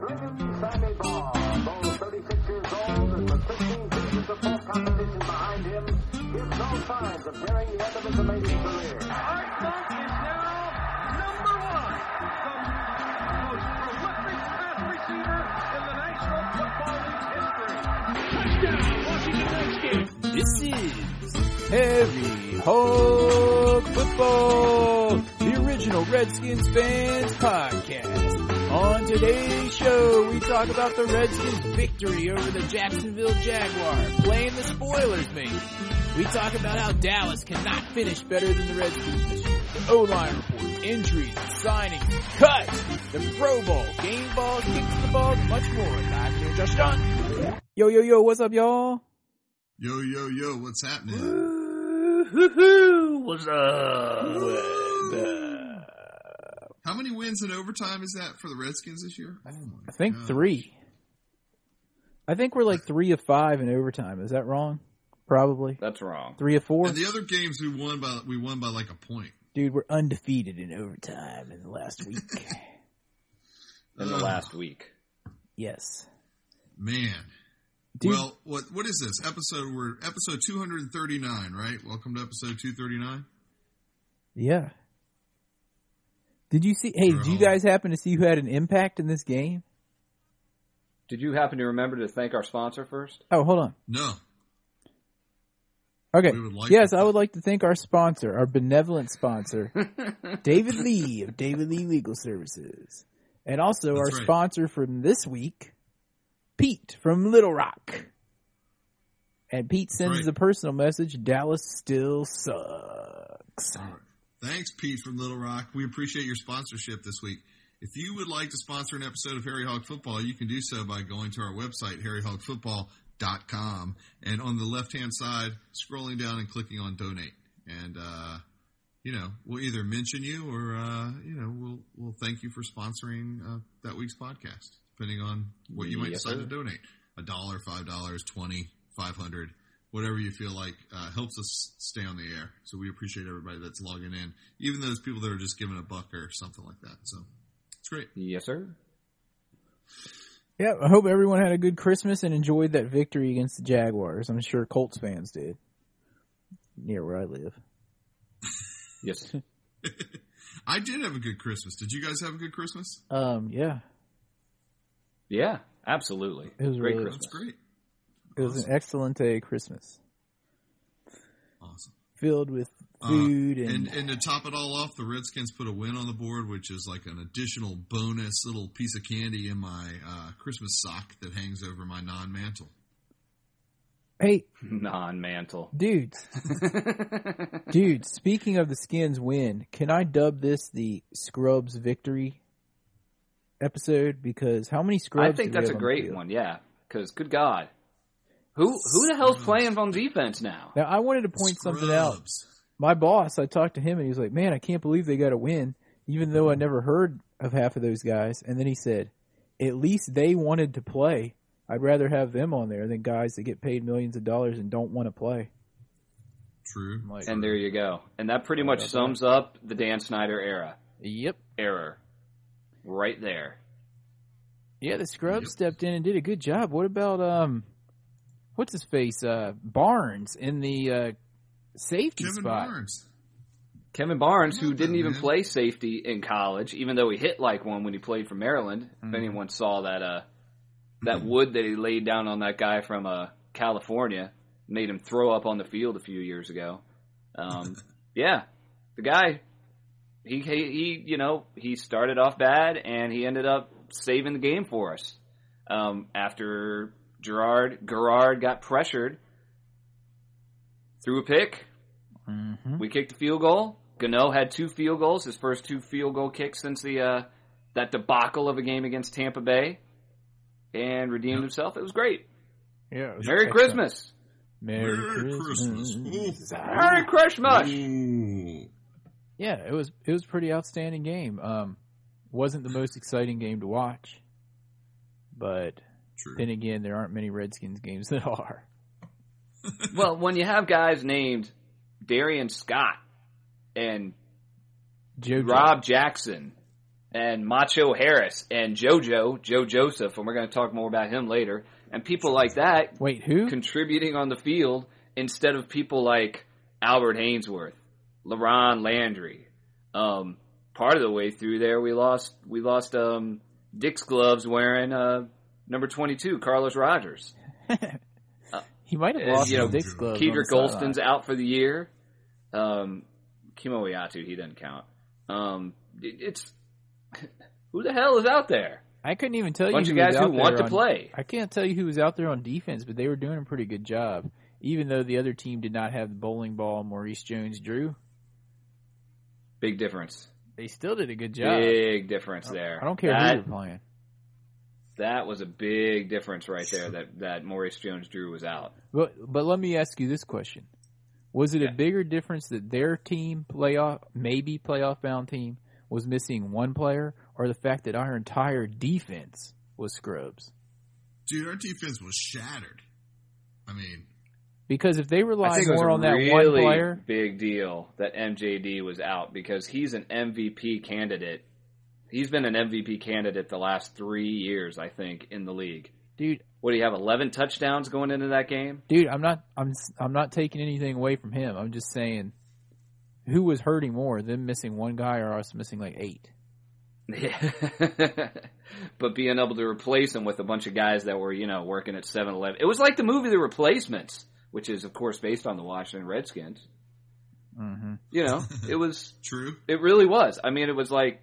William Sammy Baugh, though 36 years old and with 15 seasons of full competition behind him, gives no signs of nearing the end of his amazing career. Art Monk is now number one, the most prolific pass receiver in the National Football League's history. Touchdown, Washington Redskins. This is Heavy Hog Football, the original Redskins fans podcast. On today's show, we talk about the Redskins' victory over the Jacksonville Jaguar, playing the spoilers, maybe. We talk about how Dallas cannot finish better than the Redskins this year. The O-line report, injuries, signings, cuts, the Pro Bowl, game balls, kicks to the ball, and much more. Live here, Josh John. Yo, yo, yo, what's up, y'all? Yo, yo, yo, what's happening? What's up? How many wins in overtime is that for the Redskins this year? Oh my I think God. three. I think we're like three of five in overtime. Is that wrong? Probably That's wrong. three of four. And the other games we won by we won by like a point. Dude, we're undefeated in overtime in the last week. In the Ugh. last week. yes, Oh, Man. dude. Well, what what is this episode? We're episode two hundred and thirty nine, right? Welcome to episode two thirty nine. yeah. Did you see? Hey, did you Bro. guys happen to see who had an impact in this game? Did you happen to remember to thank our sponsor first? Oh, hold on. No, Okay. We would like yes, to I would like to thank our sponsor, our benevolent sponsor, David Lee of David Lee Legal Services. And also That's our right. sponsor from this week, Pete from Little Rock. And Pete sends right. the personal message Dallas still sucks. thanks, Pete from Little Rock. We appreciate your sponsorship this week. If you would like to sponsor an episode of Harry Hog Football, you can do so by going to our website, harryhogfootball.com, and on the left hand side, scrolling down and clicking on donate. And, uh, you know, we'll either mention you or, uh, you know, we'll, we'll thank you for sponsoring, uh, that week's podcast, depending on what you might Yes, decide sir. to donate. A dollar, five dollars, twenty, five hundred, whatever you feel like, uh, helps us stay on the air. So we appreciate everybody that's logging in, even those people that are just giving a buck or something like that. So it's great. Yes, sir. Yeah, I hope everyone had a good Christmas and enjoyed that victory against the Jaguars. I'm sure Colts fans did. Near where I live. Yes. I did have a good Christmas. Did you guys have a good Christmas? Um, yeah. Yeah, absolutely. It was Great really- Christmas. That's great. It was an excellent day of Christmas. Awesome. Filled with Uh, food And and to top it all off, the Redskins put a win on the board, which is like an additional bonus little piece of candy in my uh, Christmas sock that hangs over my non mantle. Hey, Non-mantle. dudes, dude. Speaking of the skins win, can I dub this the Scrubs victory episode? Because how many I Scrubs? think do we that's a have on the great field? one. Yeah, because good God, who who the Mm. hell's playing on defense now? Now I wanted to point something out. Scrubs. My boss, I talked to him and he was like, "Man, I can't believe they got a win, even though I never heard of half of those guys." And then he said, "At least they wanted to play. I'd rather have them on there than guys that get paid millions of dollars and don't want to play." True. I'm like, And there you go. And that pretty much sums up the Dan Snyder era. yep. Error, right there. Yeah, the scrub Yep. stepped in and did a good job. What about um, what's his face? Uh, Barnes in the uh, safety Kevin spot. Barnes. Kevin Barnes, who Nothing, didn't even man. play safety in college, even though he hit like one when he played for Maryland. Mhm. If anyone saw that uh, that wood that he laid down on that guy from uh, California, made him throw up on the field a few years ago. Um, yeah, the guy, he, he he you know he started off bad and he ended up saving the game for us. Um, after Gerard Gerard got pressured, threw a pick, Mm-hmm. we kicked a field goal. Gano had two field goals, his first two field goal kicks since the uh, that debacle of a game against Tampa Bay, and redeemed himself. It was great. Yeah. it was Merry excellent. Christmas! Merry, Merry Christmas. Christmas. Merry Christmas! Ooh. Yeah, it was it was a pretty outstanding game. Um, wasn't the most exciting game to watch, but True. then again, there aren't many Redskins games that are. well, when you have guys named Darian Scott and Joe Rob Jackson and Macho Harris and JoJo, Joe Joseph, and we're going to talk more about him later, and people like that Wait, who? contributing on the field instead of people like Albert Hainsworth, LaRon Landry. Um, part of the way through there, we lost we lost um, Dick's gloves wearing uh, number twenty two, Carlos Rogers. he might have uh, lost you his know, Dick's gloves. on Kedrick the sideline. Golston's out for the year. Um, Kimo Iatu, he doesn't count. Um, it- it's who the hell is out there? I couldn't even tell bunch you of who guys was who out there want to on- play. I can't tell you who was out there on defense, but they were doing a pretty good job. Even though the other team did not have the bowling ball Maurice Jones drew, Big difference. they still did a good job. Big difference there. I don't care That- who you're playing. that was a big difference right there that, that Maurice Jones Drew was out. But but let me ask you this question: Was it a bigger difference that their team playoff, maybe playoff bound team, was missing one player, or the fact that our entire defense was scrubs? Dude, our defense was shattered. I mean, Because if they I relied think it was more a on that one really player, big deal that MJD was out because he's an MVP candidate. He's been an MVP candidate the last three years, I think, in the league. dude, What do you have? Eleven touchdowns going into that game. dude, I'm not, I'm, I'm not taking anything away from him. I'm just saying, who was hurting more, them missing one guy or us missing like eight? but being able to replace him with a bunch of guys that were, you know, working at 7-Eleven. It was like the movie The Replacements, which is, of course, based on the Washington Redskins. hmm You know, it was true. It really was. I mean, it was like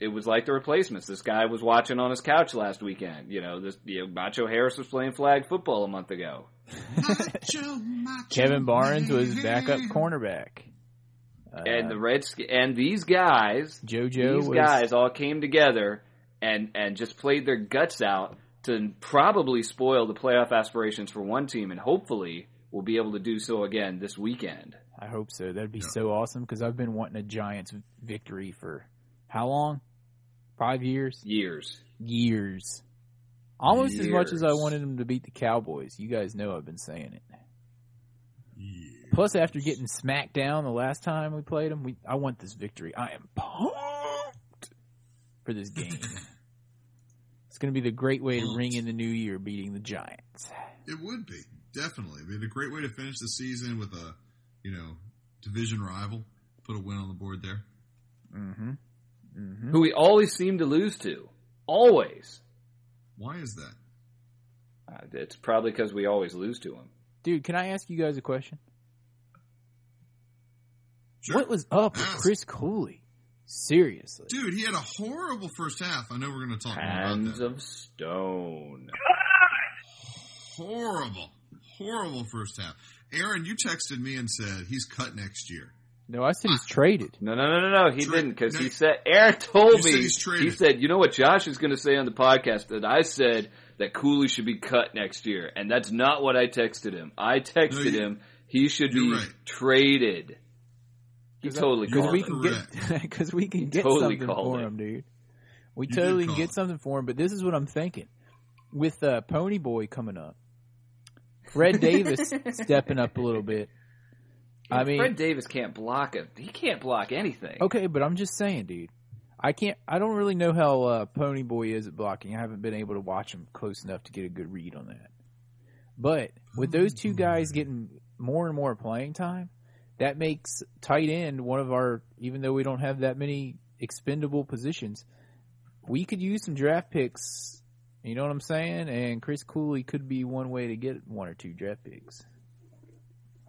it was like the replacements. This guy was watching on his couch last weekend. You know, this you know, Macho Harris was playing flag football a month ago. Macho, macho Kevin Barnes was man. backup cornerback, uh, and the Reds and these guys, JoJo these was guys all came together and and just played their guts out to probably spoil the playoff aspirations for one team, and hopefully will be able to do so again this weekend. I hope so. That'd be so awesome because I've been wanting a Giants victory for how long? Five years? Years. Years. Almost as much as I Years. wanted them to beat the Cowboys. You guys know I've been saying it. Yeah. Plus, after getting smacked down the last time we played them, we, I want this victory. I am pumped for this game. it's going to be the great way to ring in the new year beating the Giants. It would be definitely. It'd be a great way to finish the season with a, you know, division rival. Put a win on the board there. Mm-hmm. Mm-hmm. Who we always seem to lose to. Always. Why is that? Uh, it's probably because we always lose to them. Dude, can I ask you guys a question? Sure. What was up with Ask. Chris Cooley? Seriously. Dude, he had a horrible first half. I know we're going to talk more about Hands that. of stone. Horrible, horrible first half. Aaron, you texted me and said he's cut next year. No, I said he's traded. No, no, no, no, no. He Tra- didn't because no, he said Aaron you told me. said he's traded. he said, "You know what Josh is going to say on the podcast that I said that Cooley should be cut next year, and that's not what I texted him. I texted you- him he should be you're right. traded. He totally because called we it. can get because we can get totally something called for it. him, dude. We You did totally can call get it. something for him. But this is what I'm thinking: with uh, Pony Boy coming up, Fred Davis stepping up a little bit. I mean, Fred Davis can't block a he can't block anything. okay, but I'm just saying, dude. I can't. I don't really know how uh, Pony Boy is at blocking. I haven't been able to watch him close enough to get a good read on that. But with those two guys getting more and more playing time, that makes tight end one of our. Even though we don't have that many expendable positions, we could use some draft picks. You know what I'm saying? And Chris Cooley could be one way to get one or two draft picks.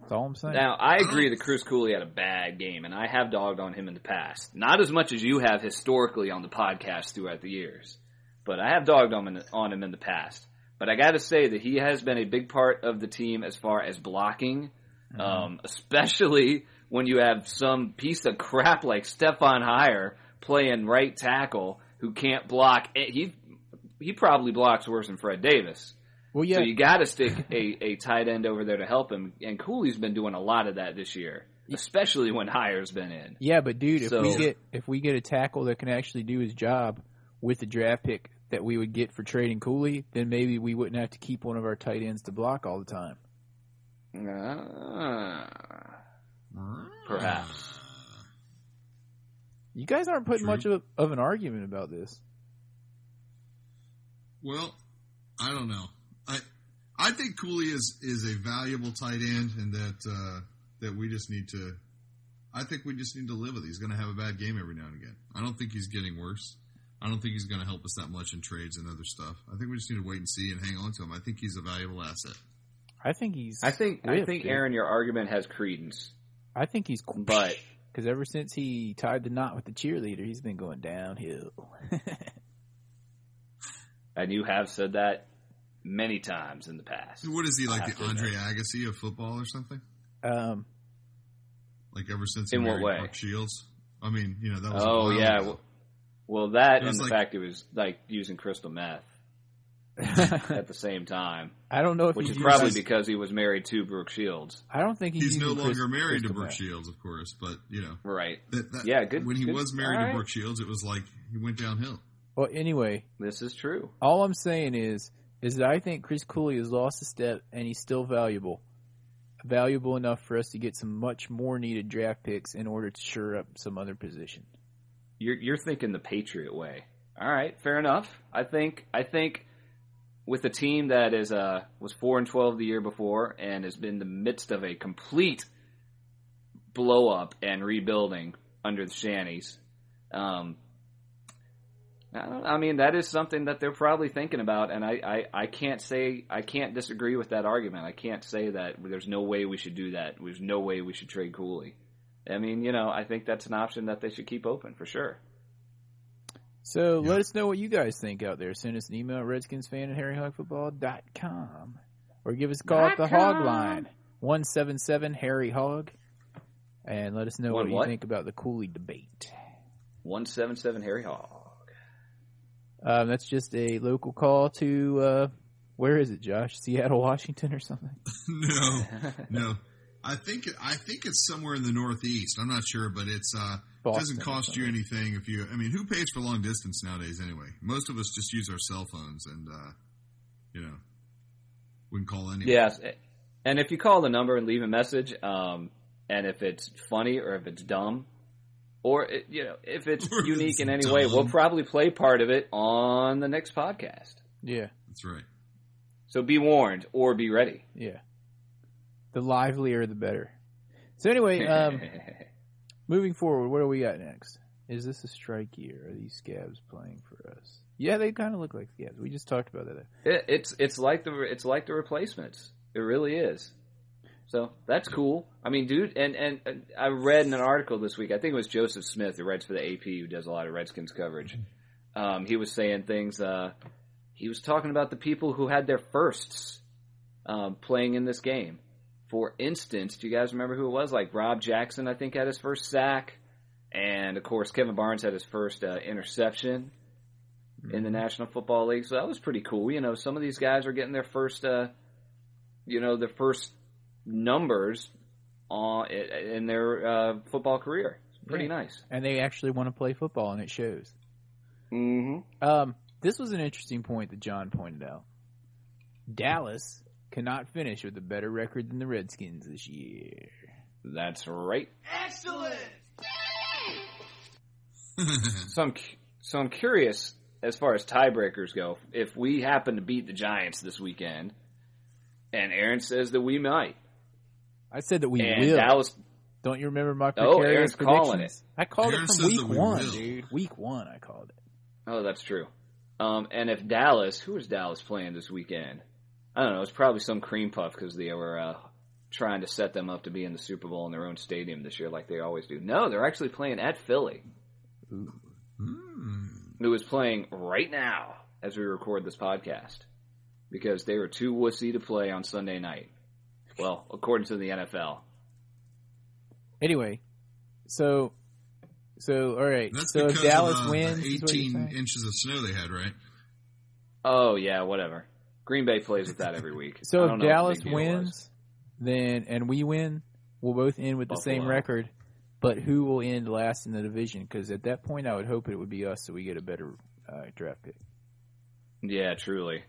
That's all I'm saying. Now I agree that Chris Cooley had a bad game, and I have dogged on him in the past. Not as much as you have historically on the podcast throughout the years, but I have dogged on him, on him in the past. But I got to say that he has been a big part of the team as far as blocking, um, especially when you have some piece of crap like Stefan Heyer playing right tackle who can't block. Eh, He he probably blocks worse than Fred Davis. well, yeah, So you got to stick a, a tight end over there to help him. And Cooley's been doing a lot of that this year, especially when Hires been in. Yeah, but dude, if we So- get if we get a tackle that can actually do his job with the draft pick that we would get for trading Cooley, then maybe we wouldn't have to keep one of our tight ends to block all the time. Uh, perhaps. You guys aren't putting True. much of, of an argument about this. Well, I don't know. I I think Cooley is is a valuable tight end, and that uh, that we just need to. I think we just need to live with. it. He's going to have a bad game every now and again. I don't think he's getting worse. I don't think he's going to help us that much in trades and other stuff. I think we just need to wait and see and hang on to him. I think he's a valuable asset. I think he's. I think I Whipped, think dude. Aaron, your argument has credence, I think he's. but because ever since he tied the knot with the cheerleader, he's been going downhill. and you have said that many times in the past. What is he like, have the to Andre Agassi of football or something? um, Like ever since he In what married way? Brooke Shields. I mean, you know that was. a Oh while yeah. ago. Well, well, that It and was the like- fact it was like using crystal meth I at the same time, don't know if which he's is probably using- because he was married to Brooke Shields, I don't think he's, he's no using longer Chris- married to Crystal Brooke Meth. Shields, of course, but you know right? that, that Yeah, good- When he good- was married to alright. Brooke Shields, it was like he went downhill. Well, anyway, This is true. all I'm saying is, is that I think Chris Cooley has lost a step, and he's still valuable, valuable enough for us to get some much more needed draft picks in order to shore up some other position. You're you're thinking the Patriot way. All right, fair enough. I think I think with a team that is uh was four and twelve the year before and has been in the midst of a complete blow up and rebuilding under the Shanties, um, I, don't, I mean that is something that they're probably thinking about, and I, I I can't say I can't disagree with that argument. I can't say that there's no way we should do that. There's no way we should trade Cooley. I mean, you know, I think that's an option that they should keep open for sure. So Yeah. let us know what you guys think out there. Send us an email at redskinsfan at dot com, or give us a call at the hog line 177 Harry Hog and let us know One what, what? you think about the Cooley debate. One seven seven Harry Hall. Um, that's just a local call to, uh, where is it, Josh? Seattle, Washington or something? no, no. I think I think it's somewhere in the Northeast. I'm not sure, but it's uh, Boston doesn't or cost you something. anything if you. I mean, who pays for long distance nowadays anyway? Most of us just use our cell phones, and uh, you know, we can call anyone. Yes, and if you call the number and leave a message, um, and if it's funny or if it's dumb, or it, you know if it's Or if unique it's in any way, we'll dumb. probably play part of it on the next podcast. Yeah, that's right. So be warned or be ready. yeah. The livelier, the better. So anyway, um, Moving forward, what do we got next? Is this a strike year? Are these scabs playing for us? Yeah, they kind of look like scabs. We just talked about that. It, it's it's like the it's like the replacements. It really is. So that's cool. I mean, dude, and, and and I read in an article this week. I think it was Joseph Smith who writes for the AP, who does a lot of Redskins coverage. Um, he was saying things. Uh, he was talking about the people who had their firsts um, playing in this game. For instance, do you guys remember who it was? Like Rob Jackson, I think, had his first sack, and of course Kevin Barnes had his first uh, interception in the National Football League. So that was pretty cool. You know, some of these guys are getting their first, uh, you know, their first numbers on in their uh, football career. It's pretty Yeah. nice. And they actually want to play football, and it shows. Mm-hmm. Um, this was an interesting point that John pointed out. Dallas cannot finish with a better record than the Redskins this year. That's right. So I'm, cu- so I'm curious as far as tiebreakers go. If we happen to beat the Giants this weekend, and Aaron says that we might, I said that we and will. Dallas, Don't you remember my Oh, precarious Aaron's calling predictions? I called Aaron it from says week that we one, will. dude. Week one, I called it. oh, that's true. Um, and if Dallas, who is Dallas playing this weekend? I don't know. It's probably some cream puff because they were uh, trying to set them up to be in the Super Bowl in their own stadium this year, like they always do. No, they're actually playing at Philly. Hmm. who is playing right now as we record this podcast because they were too wussy to play on Sunday night. Well, according to the NFL. Anyway, so, so all right. That's so if because Dallas of, uh, wins, the is what you're 18 saying? inches of snow they had, right? Oh yeah, whatever. Green Bay plays with that every week. I So don't if know what the Dallas big deal was. wins, then and we win, we'll both end with the same Buffalo. record. But who will end last in the division? Because at that point, I would hope it would be us, so we get a better uh, draft pick. yeah, truly.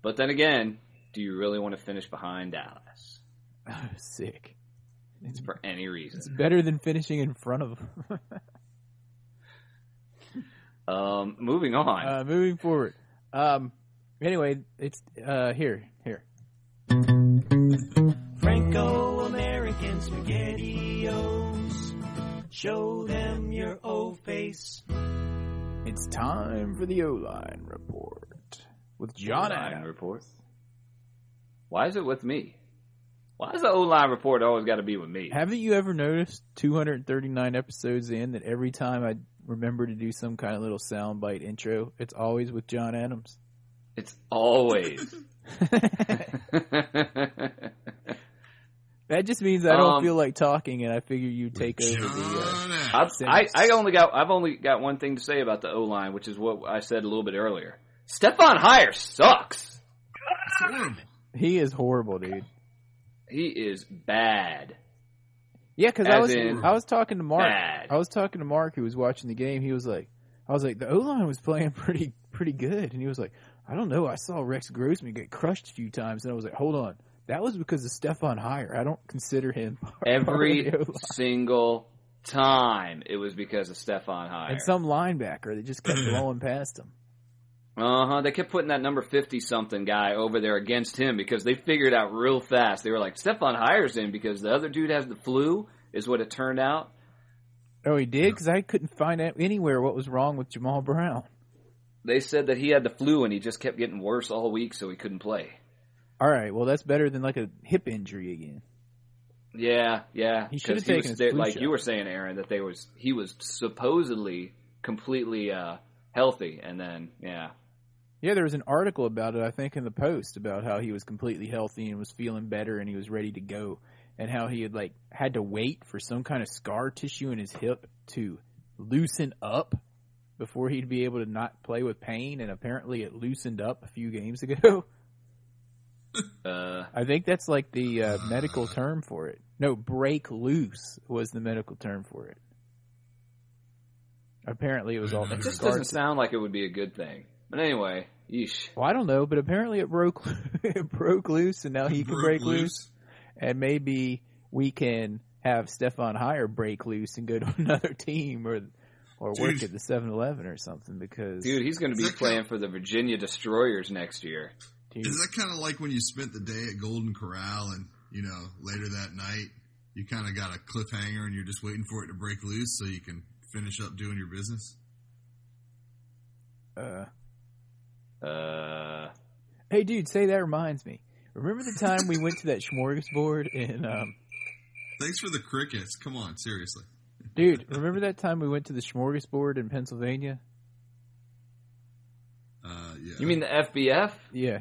But then again, do you really want to finish behind Dallas Sick. for any reason? It's better than finishing in front of them. Um, moving on. Uh, moving forward. Um, anyway, it's uh, here, here. Franco American SpaghettiOs. Show them your O face. It's time for the O line report with John O-line Adams. report. Why is it with me? Why is the O line report always got to be with me? Haven't you ever noticed 239 episodes in that every time I remember to do some kind of little soundbite intro, it's always with John Adams? It's always. that just means I don't Um, feel like talking, and I figure you take over the. Uh, John Adams. I, I I only got I've only got one thing to say about the O line, which is what I said a little bit earlier. Stefan Heyer sucks. It's horrible. he is horrible, dude. He is bad. Yeah, because I As was in I was talking to Mark. bad. I was talking to Mark, who was watching the game. He was like, I was like, the O line was playing pretty pretty good, and he was like, I don't know. I saw Rex Grossman get crushed a few times, and I was like, hold on, that was because of Stefan Heyer. I don't consider him part- part Every of the O-line. single time it was because of Stefan Heyer. and some linebacker that just kept blowing past him. Uh huh. They kept putting that number fifty something guy over there against him because they figured out real fast. They were like, Stefan hires him because the other dude has the flu, is what it turned out. Oh, he did because I couldn't find out anywhere what was wrong with Jamal Brown. They said that he had the flu and he just kept getting worse all week, so he couldn't play. All right, well that's better than like a hip injury again. Yeah, yeah. He should have 'cause taken was, his they- flu like shot. you were saying, Aaron, that they was he was supposedly completely uh, healthy, and then yeah, Yeah, there was an article about it I think in the Post about how he was completely healthy and was feeling better and he was ready to go and how he had like had to wait for some kind of scar tissue in his hip to loosen up before he'd be able to not play with pain and apparently it loosened up a few games ago. uh, I think that's like the uh, medical term for it. No, break loose was the medical term for it. Apparently, it was all it mixed just cards. doesn't sound like it would be a good thing. But anyway, yeesh. Well, I don't know, but apparently it broke it broke loose, and now he can Broke break loose. and maybe we can have Stefan Heyer break loose and go to another team or or work Dude. at the 7-Eleven or something because Dude, he's going to be Is that playing for the Virginia Destroyers next year. dude, Is that kind of like when you spent the day at Golden Corral and, you know, later that night, you kind of got a cliffhanger and you're just waiting for it to break loose so you can finish up doing your business? uh, Uh, hey, dude, say that reminds me. Remember the time we went to that smorgasbord in um, Thanks for the crickets. Come on, seriously. Dude, remember that time we went to the smorgasbord in Pennsylvania? Uh, yeah. you mean the FBF? Yeah.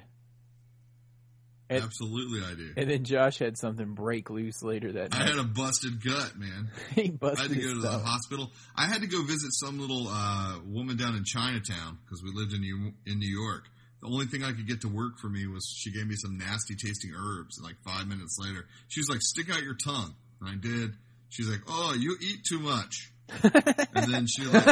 Ed- Absolutely, I do. And then Josh had something break loose later that I night. had a busted gut, man. he I had busted to go to his the stomach. hospital. I had to go visit some little uh, woman down in Chinatown because we lived in New, in New York. The only thing I could get to work for me was she gave me some nasty tasting herbs. And like five minutes later, she was like, "Stick out your tongue," and I did. She's like, "Oh, you eat too much." and then she like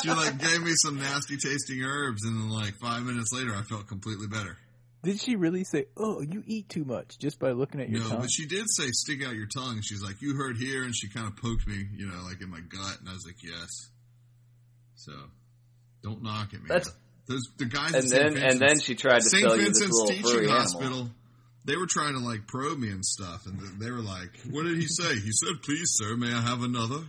she like gave me some nasty tasting herbs, and then like five minutes later, I felt completely better. Did she really say, "Oh, you eat too much" just by looking at your No, tongue? but she did say, "Stick out your tongue." She's like, "You heard here," and she kind of poked me, you know, like in my gut, and I was like, "Yes." So, don't knock at me. That's- Those the guys. at and St. then and then Vincent's- she tried to St. sell you this Vincent's little Teaching furry Hospital. animal. They were trying to like probe me and stuff, and th- they were like, "What did he say?" He said, "Please, sir, may I have another?"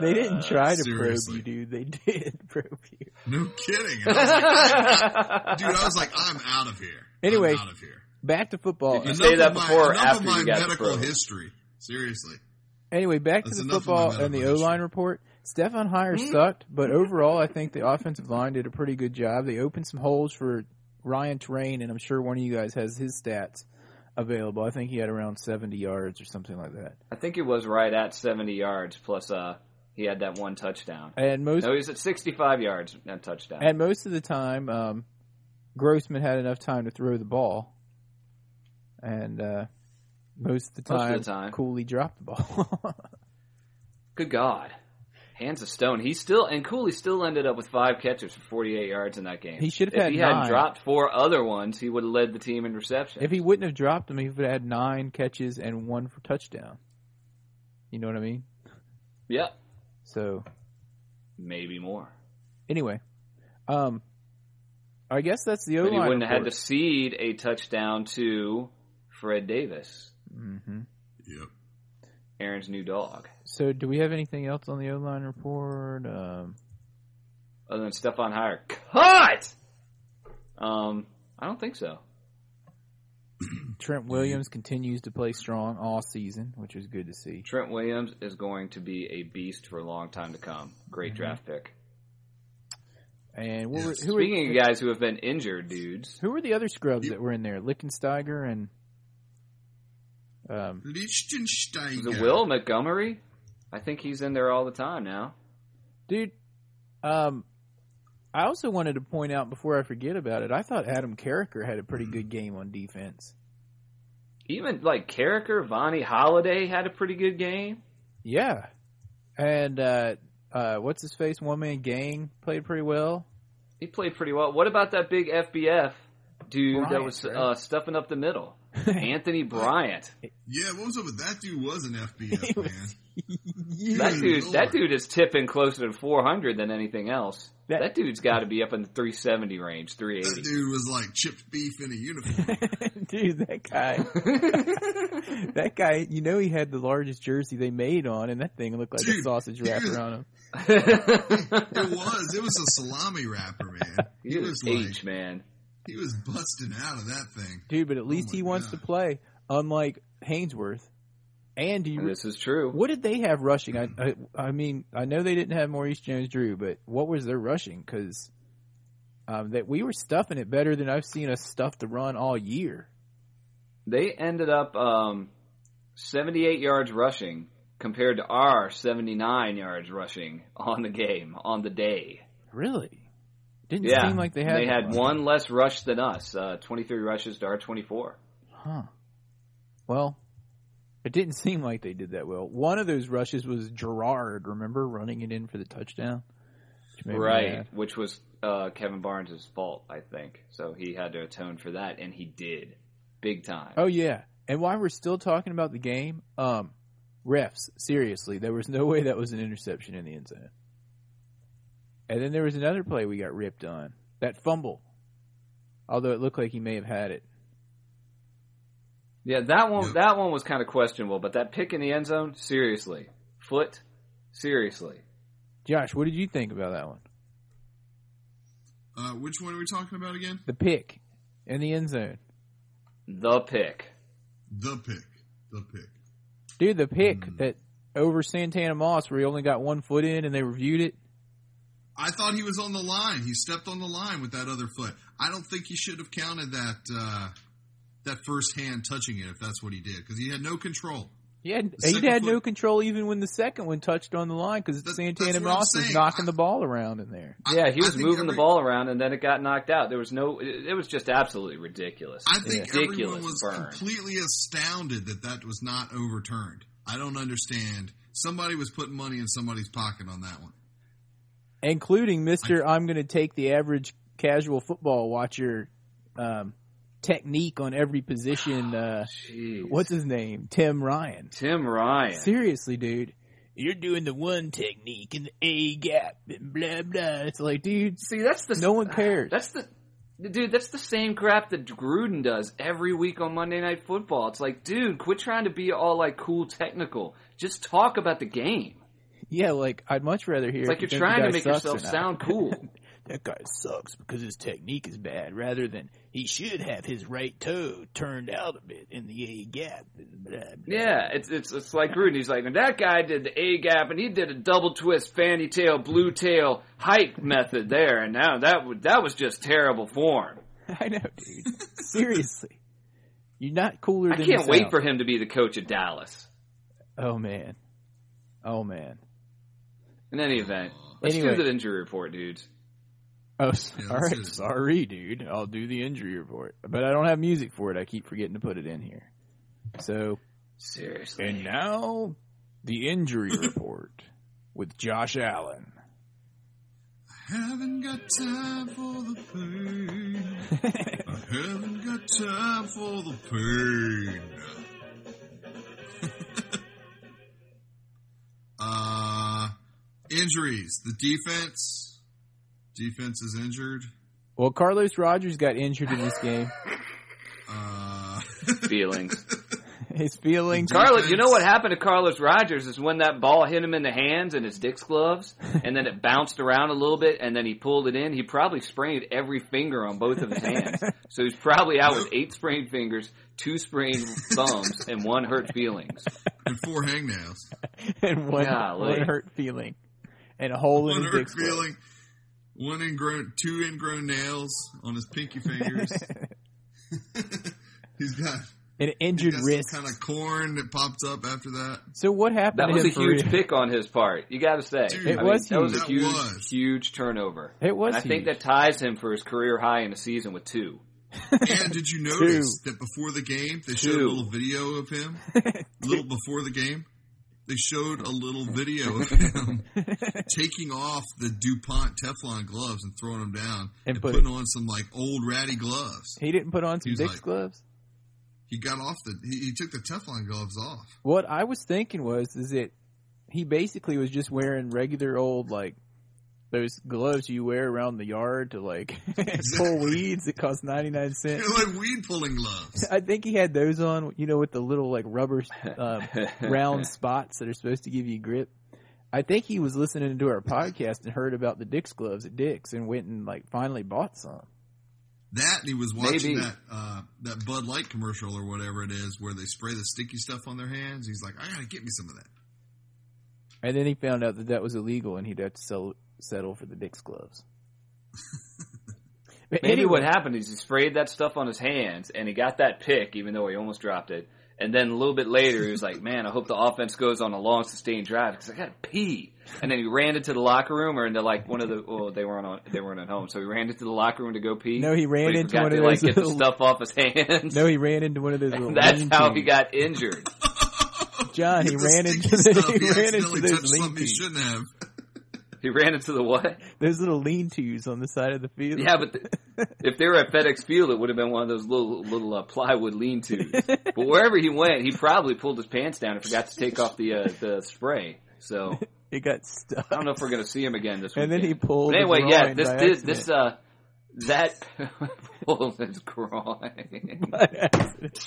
They didn't Uh, try to seriously. probe you, dude. They did probe you. No kidding. And I was like, dude, I was like, "I'm out of here." I'm Anyway, out of here. Back to football. Did you say Enough that of my- before or enough after of you my got the medical probe? history. Seriously. Anyway, back to That's the enough of my football and the medical O line report. Stefan Heyer Hmm? sucked, but overall, I think the offensive line did a pretty good job. They opened some holes for Ryan Terrain, and I'm sure one of you guys has his stats available. I think he had around 70 yards or something like that. I think it was right at 70 yards plus uh he had that one touchdown. And most No, he was at 65 yards and touchdown. and most of the time, um, Grossman had enough time to throw the ball, and uh, most of the Most of time, the time. Cooley dropped the ball. Good God. Hands of stone. He still and Cooley still ended up with five catches for 48 yards in that game. He should have if had he nine. had dropped four other ones, he would have led the team in reception. If he wouldn't have dropped him, he would have had nine catches and one for touchdown. You know what I mean? yeah. So maybe more. Anyway, um, I guess that's the O But he line. wouldn't have had to cede a touchdown to Fred Davis, hmm Yep. Aaron's new dog. So, do we have anything else on the O line report? Um, Other than Stephon Heyer, cut. Um, I don't think so. Trent Williams continues to play strong all season, which is good to see. Trent Williams is going to be a beast for a long time to come. Great draft pick. And what were, Yes. Mm-hmm. who, were, Speaking of guys who have been injured, dudes. who were the other scrubs that were in there? Lichtensteiger and um, Liechtenstein. Is it Will Montgomery? I think he's in there all the time now. dude. Um, I also wanted to point out before I forget about it. I thought Adam Carricker had a pretty good game on defense. Even like Carricker, Vonnie Holiday had a pretty good game. Yeah, and uh, uh, what's his face? One man gang played pretty well. He played pretty well. What about that big FBF dude that Bryant, was right? uh, stuffing up the middle? Anthony Bryant. Yeah, what was up with that dude? Was an He FBS was- man. That Good dude, lord. that dude is tipping closer to 400 than anything else. That- That, dude's got to be up in the 370 range, That 380. dude was like chipped beef in a uniform. dude, that guy, that guy. You know, he had the largest jersey they made on, and that thing looked like a Dude, sausage he wrapper was- on him. it was. It was a salami wrapper, man. he was like H man. he was busting out of that thing. Dude, but at least Oh my he wants God. to play, unlike Hainsworth. And do you And this is true. What did they have rushing? I, I I mean, I know they didn't have Maurice Jones-Drew, but what was their rushing? Because um, that we were stuffing it better than I've seen us stuff the run all year. They ended up um, 78 yards rushing compared to our 79 yards rushing on the game on the day. Really, didn't Yeah, seem like they had. they that had one less rush than us. Uh, 23 rushes to our 24. Huh. Well, it didn't seem like they did that well. One of those rushes was Gerard. Remember running it in for the touchdown? Which made me right, mad. which was uh, Kevin Barnes' fault, I think. So he had to atone for that, and he did, big time. Oh yeah. And while we're still talking about the game, um, refs, seriously, there was no way that was an interception in the end zone. And then there was another play we got ripped on. That fumble. Although it looked like he may have had it. Yeah, that one Yep. that one was kind of questionable, but that pick in the end zone, seriously, foot, seriously. Josh, what did you think about that one? Uh, which one are we talking about again? The pick in the end zone. The pick. The pick. The pick. Dude, the pick Hmm. Mm. that over Santana Moss where he only got one foot in and they reviewed it. I thought he was on the line. He stepped on the line with that other foot. I don't think he should have counted that uh, that first hand touching it if that's what he did because he had no control. He had, The he second had no foot- control even when the second one touched on the line because That's- Santana that's what I'm Moss was saying. knocking I- the ball around in there. I- Yeah, he I was think moving the every- ball around, and then it got knocked out. There was no. It, it was just absolutely ridiculous. I think ridiculous everyone was burn. completely astounded that that was not overturned. I don't understand. Somebody was putting money in somebody's pocket on that one. including Mister. I'm going to take the average casual football watcher um, technique on every position. Uh, Jeez. what's his name? Tim Ryan. Tim Ryan? Seriously, dude. You're doing the one technique in the A gap and blah blah. It's like, dude, See, that's the no one cares. That's the dude. That's the same crap that Gruden does every week on Monday Night Football. It's like, dude, quit trying to be all like cool technical. Just talk about the game. yeah, like I'd much rather hear. if It's like you think you're the trying guy to make sucks yourself or not. sound cool. That guy sucks because his technique is bad. Rather than he should have his right toe turned out a bit in the A gap and blah blah. Yeah, it's it's it's like Gruden. He's like, and that guy did the A gap, and he did a double twist fanny tail, blue tail hike method there, and now that would that was just terrible form. I know, dude. Seriously, you're not cooler. I than can't wait yourself. for him to be the coach of Dallas. Oh man, oh man. In any event, let's Anyway. do the injury report, dudes. Oh, s- Yeah, all that's right. it. Sorry, dude. I'll do the injury report, but I don't have music for it. I keep forgetting to put it in here. So, Seriously, and now the injury report with Josh Allen. Haven't got time for the pain. I haven't got time for the pain. uh, Injuries. The defense. Defense is injured. Well, Carlos Rogers got injured in this game. Uh, Feelings. His feelings. Carlos, you know what happened to Carlos Rogers is when that ball hit him in the hands and his dick's gloves, and then it bounced around a little bit, and then he pulled it in. He probably sprained every finger on both of his hands, so he's probably out with eight sprained fingers, two sprained thumbs, and one hurt feelings. and four hangnails. and one, Golly. one hurt feeling, and a hole in One his hurt dick's glove. feeling. One ingrown, two ingrown nails on his pinky fingers. He's got, an he's injured got wrist. some kind of corn that popped up after that. so what happened? That to was a him for huge real? pick on his part. You got to say Dude, It was that was a That huge, was. huge turnover. It was And I huge. think that ties him for his career high in a season with two. And did you notice that before the game they showed Two. a little video of him? little before the game, they showed a little video of him taking off the Dupont Teflon gloves and throwing them down And and, put- putting on some like old ratty gloves. He didn't put on some He's dick's like- gloves. He got off the he, he took the Teflon gloves off. What I was thinking was is that he basically was just wearing regular old like those gloves you wear around the yard to like pull weeds that cost ninety nine cents. They're like weed pulling gloves. I think he had those on, you know, with the little like rubber um, round spots that are supposed to give you grip. I think he was listening to our podcast and heard about the Dick's gloves at Dick's and went and like finally bought some. That and he was watching Maybe. that uh, that Bud Light commercial or whatever it is where they spray the sticky stuff on their hands. He's like, I gotta get me some of that. And then he found out that that was illegal and he'd have to sell, settle for the Dick's gloves. but Maybe what happened is he sprayed that stuff on his hands and he got that pick, even though he almost dropped it. And then a little bit later, he was like, man, I hope the offense goes on a long, sustained drive because I got to pee. And then he ran into the locker room or into like one of the, well, they weren't on, they weren't at home. So he ran into the locker room to go pee. No, he ran but into forgot one to, of like, those get the little- stuff off his hands. No, he ran into one of those little. and that's lean how he tos. got injured. John, he Get the ran sticky into the, stuff. he ran accidentally into those touched lean something he tos, shouldn't have. He ran into the what? those little lean tos on the side of the field. Yeah, but th- if they were at FedEx Field, it would have been one of those little little uh, plywood lean-tos. But wherever he went, he probably pulled his pants down and forgot to take off the uh, the spray. So it got stuck. I don't know if we're going to see him again this And weekend. then he pulled But his anyway, yeah, groin this by this, this uh that pulled his groin. by accident.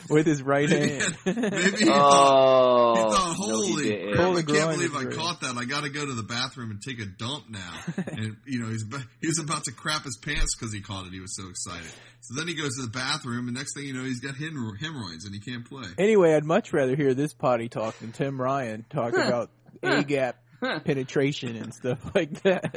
with his right hand. Maybe he thought, Oh, he thought, no, he holy didn't. crap, Pull the I groin can't believe I injury. caught that. I got to go to the bathroom and take a dump now. and, you know, he's about, he was about to crap his pants because he caught it. He was so excited. So then he goes to the bathroom, and next thing you know, he's got hem- hemorrhoids and he can't play. Anyway, I'd much rather hear this potty talk than Tim Ryan talk about A gap penetration and stuff like that.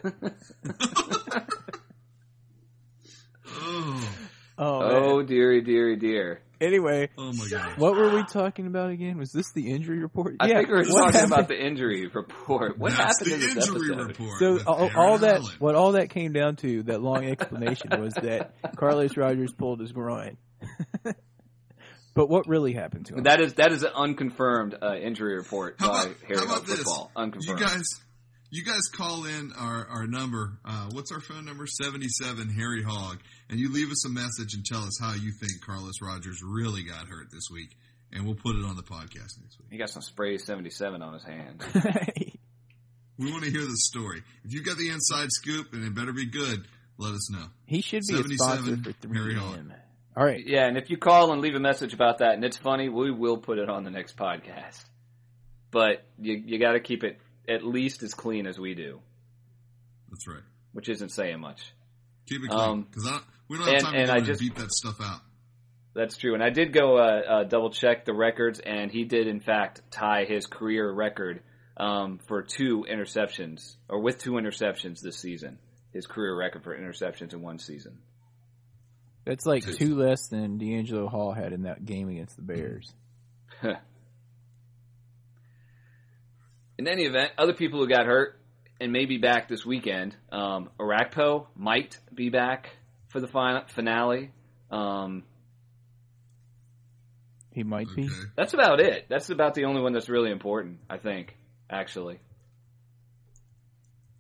Oh, Oh, man. Oh dearie, dearie, dear. anyway, oh my God. what were we talking about again? Was this the injury report? I think we were what talking happened- about the injury report. What That's happened the in this injury episode? report. So with all, Aaron all that, Allen. what all that came down to, that long explanation was that Carlos Rogers pulled his groin. but what really happened to him? That is that is an unconfirmed uh, injury report How by about, Harry how about Hog this? Football. You Unconfirmed. guys, you guys call in our, our number. Uh, what's our phone number? 77 Harry Hog. And you leave us a message and tell us how you think Carlos Rogers really got hurt this week. And we'll put it on the podcast next week. he got some spray seventy seven on his hand. We want to hear the story. If you got the inside scoop and it better be good, let us know. he should be a sponsor 77, for Harry 3M. All right. yeah, and if you call and leave a message about that, and it's funny, we will put it on the next podcast. But you you got to keep it at least as clean as we do, That's right. which isn't saying much. Keep it clean Um, because we don't have and- time to, and go I in and just- beat that stuff out. That's true. And I did go uh, uh, double check the records, and he did in fact tie his career record um, for two interceptions, or with two interceptions this season. His career record for interceptions in one season. That's like two less than D'Angelo Hall had in that game against the Bears. In any event, other people who got hurt and may be back this weekend, um, Arakpo might be back for the final, finale. Um, He might Okay. be. that's about it. That's about the only one that's really important, I think, actually.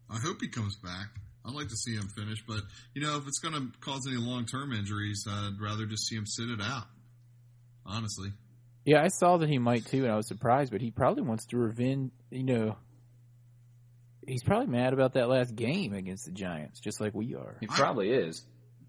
I hope he comes back. I'd like to see him finish, but you know, if it's going to cause any long term injuries, I'd rather just see him sit it out. Honestly, Yeah, I saw that he might too, and I was surprised. But he probably wants to revenge. You know, he's probably mad about that last game against the Giants, just like we are. He probably is.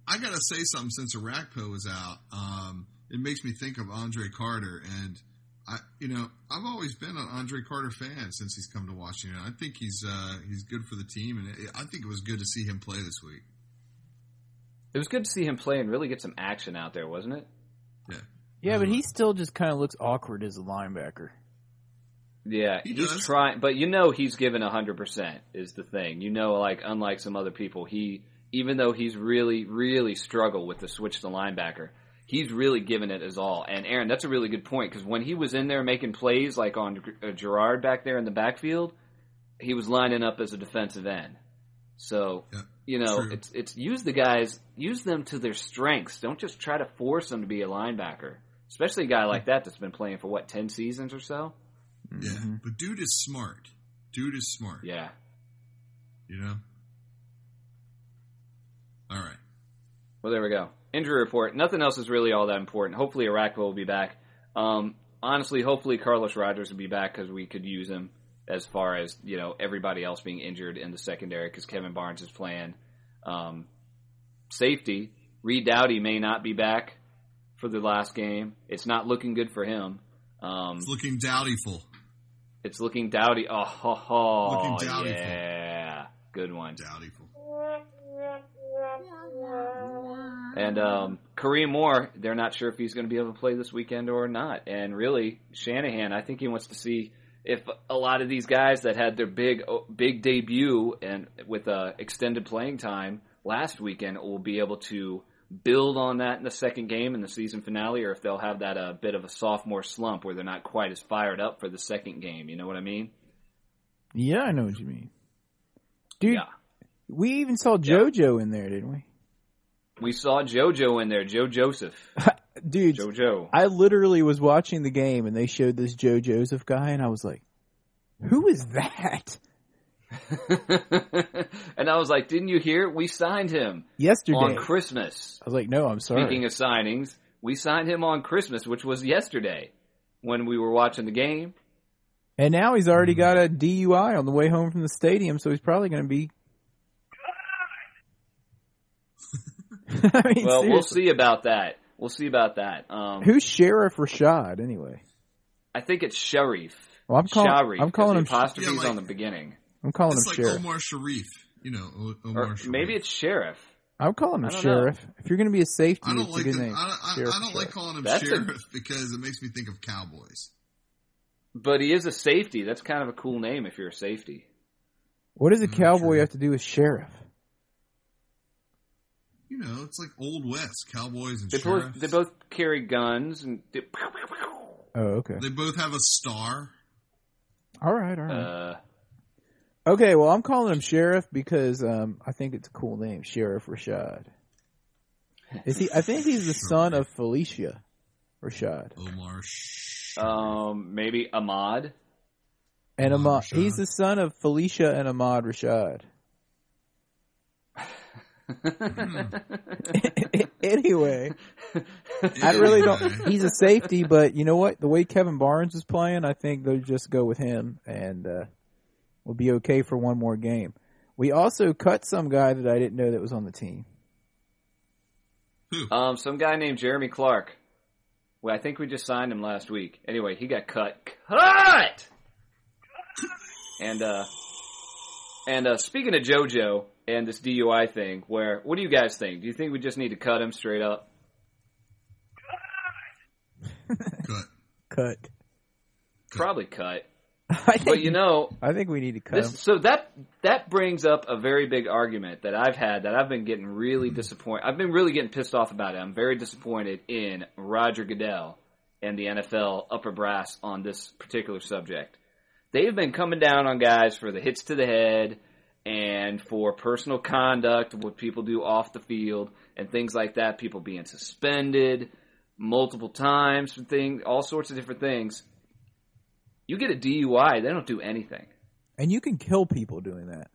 I gotta say something since Arakpo is out. Um, it makes me think of Andre Carter, and I, you know, I've always been an Andre Carter fan since he's come to Washington. I think he's uh, he's good for the team, and it, I think it was good to see him play this week. It was good to see him play and really get some action out there, wasn't it? Yeah, but he still just kind of looks awkward as a linebacker. Yeah, He he's does. trying, but you know he's given hundred percent is the thing. You know, like unlike some other people, he even though he's really, really struggled with the switch to linebacker, he's really given it his all. And Aaron, that's a really good point because when he was in there making plays like on uh, Gerard back there in the backfield, he was lining up as a defensive end. So Yeah, you know, true. it's it's use the guys, use them to their strengths. Don't just try to force them to be a linebacker, especially a guy Hmm. like that that's been playing for what ten seasons or so. Yeah, but dude is smart. Dude is smart. Yeah. You know. All right. Well, there we go. Injury report. Nothing else is really all that important. Hopefully, Iraq will be back. Um, honestly, hopefully, Carlos Rogers will be back because we could use him as far as you know everybody else being injured in the secondary because Kevin Barnes is playing. Um, safety Reed Dowdy may not be back for the last game. It's not looking good for him. Um, It's looking doubtful. it's looking Dowdy. Oh, ho, ho, Looking Dowdy. yeah, good one. Doubtful. And um, Kareem Moore, they're not sure if he's going to be able to play this weekend or not. And really, Shanahan, I think he wants to see if a lot of these guys that had their big oh, big debut and with uh, extended playing time last weekend will be able to build on that in the second game in the season finale, or if they'll have that uh, bit of a sophomore slump where they're not quite as fired up for the second game. You know what I mean? Yeah, I know what you mean, dude. Yeah. We even saw JoJo in there, didn't we? We saw JoJo in there, Joe Joseph, Dude, JoJo. I literally was watching the game and they showed this Joe Joseph guy, and I was like, "Who is that?" and I was like, "Didn't you hear? We signed him." Yesterday, on Christmas. I was like, "No, I'm sorry." Speaking of signings, we signed him on Christmas, which was yesterday when we were watching the game. and now he's already Mm-hmm. got a DUI on the way home from the stadium, so he's probably going to be. I mean, Well, we'll seriously. see about that. We'll see about that. Um, Who's Sheriff Rashad anyway? I think it's Sharif. Well, I'm calling. Sharif. I'm calling him. because the apostrophe's Yeah, like- on the beginning. I'm calling It's him like Sheriff. Omar Sharif. You know, O- Omar Or Sharif. maybe it's Sheriff. I'm calling him I don't Sheriff. If you're going to be a safety, I don't it's like a good the, I, name. I, Sheriff I don't like Rashad. calling him That's a- sheriff because it makes me think of cowboys. But he is a safety. That's kind of a cool name if you're a safety. What does a Mm, cowboy true. have to do with sheriff? You know, it's like old west cowboys and They sheriff. both they both carry guns and they, Oh, okay. They both have a star. All right, all right. uh, okay, well, I'm calling him Sheriff because um, I think it's a cool name, Sheriff Rashad. Is he? I think he's the son of Felicia Rashad, Omar. Sh- um maybe Ahmad. and Ahmad Ahmad. Rashad. He's the son of Felicia and Ahmad Rashad. anyway, I really don't. He's a safety, but you know what? The way Kevin Barnes is playing, I think they'll just go with him, and uh, we'll be okay for one more game. We also cut some guy that I didn't know that was on the team. Um, some guy named Jeremy Clark. Well, I think we just signed him last week. Anyway, he got cut. Cut. And uh, and uh, speaking of JoJo and this DUI thing, where what do you guys think? Do you think we just need to cut him straight up? Cut. Cut. Probably cut. I think, But you know, I think we need to cut him. This, so that that brings up a very big argument that I've had that I've been getting really disappointed. I've been really getting pissed off about it. I'm very disappointed in Roger Goodell and the NFL upper brass on this particular subject. They've been coming down on guys for the hits to the head and for personal conduct, what people do off the field and things like that. People being suspended multiple times, thing, all sorts of different things. You get a DUI, they don't do anything. And you can kill people doing that.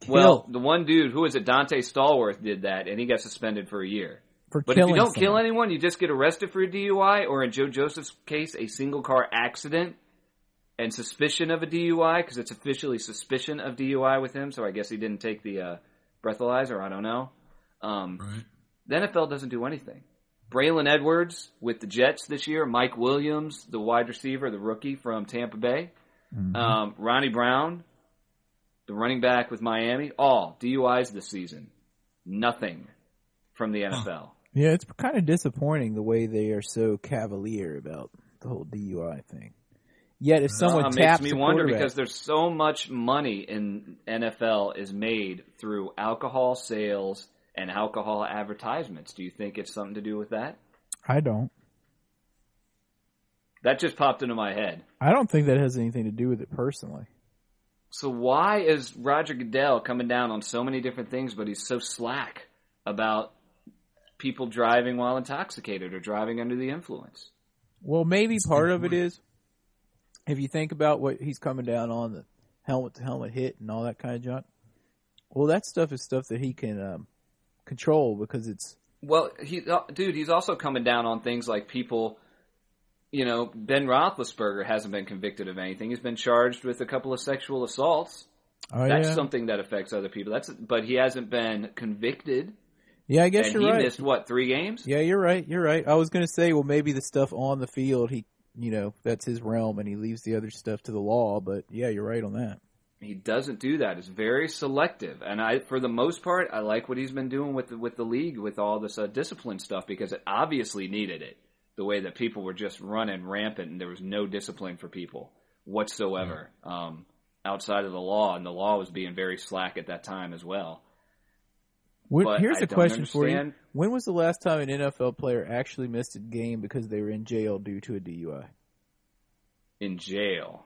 Kill. Well, the one dude who is it, Dante Stallworth, did that, and he got suspended for a year. for But if killing you don't kill someone. anyone, you just get arrested for a DUI, or in Joe Joseph's case, a single car accident. and suspicion of a DUI because it's officially suspicion of DUI with him. So I guess he didn't take the uh, breathalyzer. I don't know. Um, right? the NFL doesn't do anything. Braylon Edwards with the Jets this year, Mike Williams, the wide receiver, the rookie from Tampa Bay, Mm-hmm. um, Ronnie Brown, the running back with Miami, all DUIs this season. Nothing from the NFL. Yeah, it's kind of disappointing the way they are so cavalier about the whole DUI thing. Yet if someone Uh, makes taps me a wonder quarterback- because there's so much money in NFL is made through alcohol sales and alcohol advertisements. Do you think it's something to do with that? I don't. That just popped into my head. I don't think that has anything to do with it personally. So why is Roger Goodell coming down on so many different things, but he's so slack about people driving while intoxicated or driving under the influence? Well, maybe part of it is if you think about what he's coming down on the helmet to helmet hit and all that kind of junk. Well, that stuff is stuff that he can um, control because it's Well, he, uh, dude, he's also coming down on things like people. You know, Ben Roethlisberger hasn't been convicted of anything. He's been charged with a couple of sexual assaults. oh, That's yeah. something that affects other people. That's, but he hasn't been convicted, yeah, I guess and you're he right. missed what three games? Yeah, you're right. You're right. I was gonna say, well, maybe the stuff on the field, he, you know, that's his realm, and he leaves the other stuff to the law. But yeah, you're right on that. he doesn't do that. It's very selective, and I, for the most part, I like what he's been doing with the, with the league with all this uh, discipline stuff because it obviously needed it. The way that people were just running rampant, and there was no discipline for people whatsoever um, outside of the law, and the law was being very slack at that time as well. When, But here's I a don't question for you: understand- When was the last time an NFL player actually missed a game because they were in jail due to a DUI? In jail,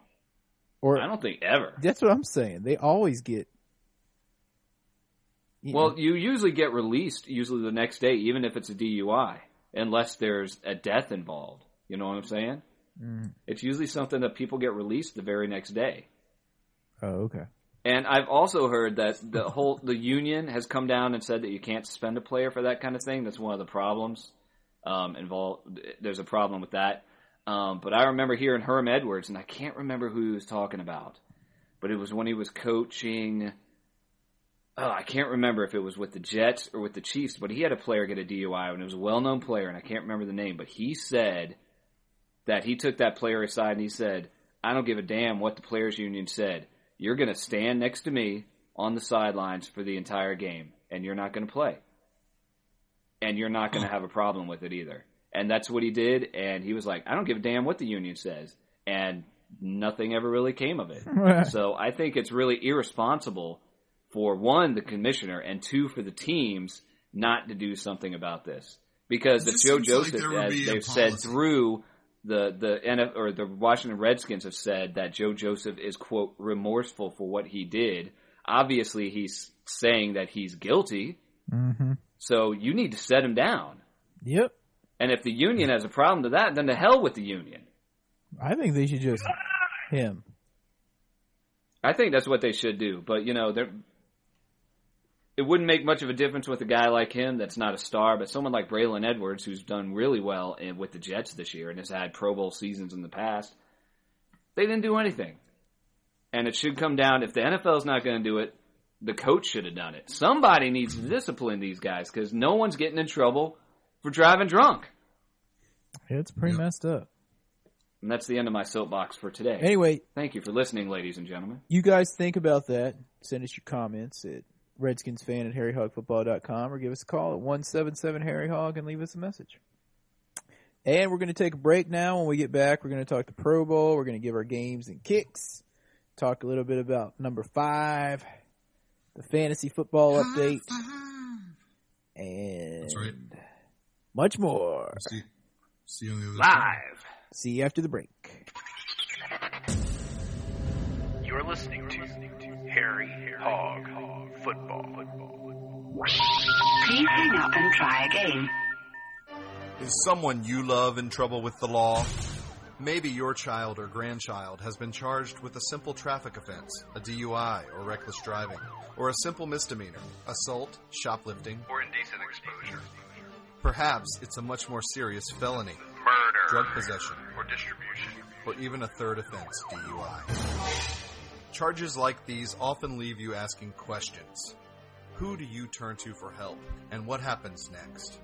Or I don't think ever. that's what I'm saying. They always get. you Well, know, you usually get released usually the next day, even if it's a DUI, unless there's a death involved. You know what I'm saying? Mm. It's usually something that people get released the very next day. oh, okay. And I've also heard that the whole the union has come down and said that you can't suspend a player for that kind of thing. That's one of the problems um, involved. There's a problem with that. Um, but I remember hearing Herm Edwards, and I can't remember who he was talking about, but it was when he was coaching. Oh, I can't remember if it was with the Jets or with the Chiefs, but he had a player get a DUI, and it was a well-known player, and I can't remember the name, but he said that he took that player aside and he said, "I don't give a damn what the players' union said. You're going to stand next to me on the sidelines for the entire game, and you're not going to play, and you're not going to have a problem with it either." And that's what he did, and he was like, "I don't give a damn what the union says," and nothing ever really came of it. so I think it's really irresponsible for one the commissioner and two for the teams not to do something about this because It if just Joe seems like Joseph, there would as be a they've said policy. through the the NF, or the Washington Redskins have said that Joe Joseph is quote remorseful for what he did. Obviously, he's saying that he's guilty, Mm-hmm. so you need to set him down. Yep. And if the union has a problem to that, then to hell with the union. I think they should just him. I think that's what they should do. But you know, they're, it wouldn't make much of a difference with a guy like him that's not a star, but someone like Braylon Edwards, who's done really well in, with the Jets this year and has had Pro Bowl seasons in the past, they didn't do anything. And it should come down if the NFL's not going to do it, the coach should have done it. Somebody needs to discipline these guys because no one's getting in trouble for driving drunk. It's pretty Yep. messed up. And that's the end of my soapbox for today. Anyway, Thank you for listening, ladies and gentlemen. you guys think about that. Send us your comments at redskinsfan at harryhogfootball.com or give us a call at 177 Harry Hog and leave us a message. And we're going to take a break now. When we get back, we're going to talk the Pro Bowl. We're going to give our games and kicks. Talk a little bit about number five, the fantasy football update, and That's right. much more. See, see you on the other side. Live. See you after the break. You're listening to Harry Hog Football. Please hang up and try again. Is someone you love in trouble with the law? Maybe your child or grandchild has been charged with a simple traffic offense, a DUI or reckless driving, or a simple misdemeanor, assault, shoplifting. Or indecent exposure. Perhaps it's a much more serious felony, Murder. drug possession, Or distribution. or even a third offense, DUI. Charges like these often leave you asking questions. Who do you turn to for help, and what happens next?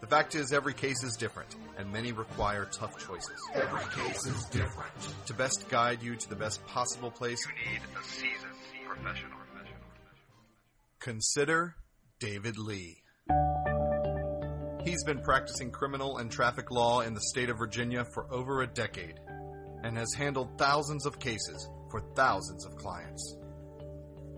The fact is, every case is different, and many require tough choices. Every case is different. To best guide you to the best possible place, You need a seasoned professional. Consider David Lee. He's been practicing criminal and traffic law in the state of Virginia for over a decade and has handled thousands of cases for thousands of clients.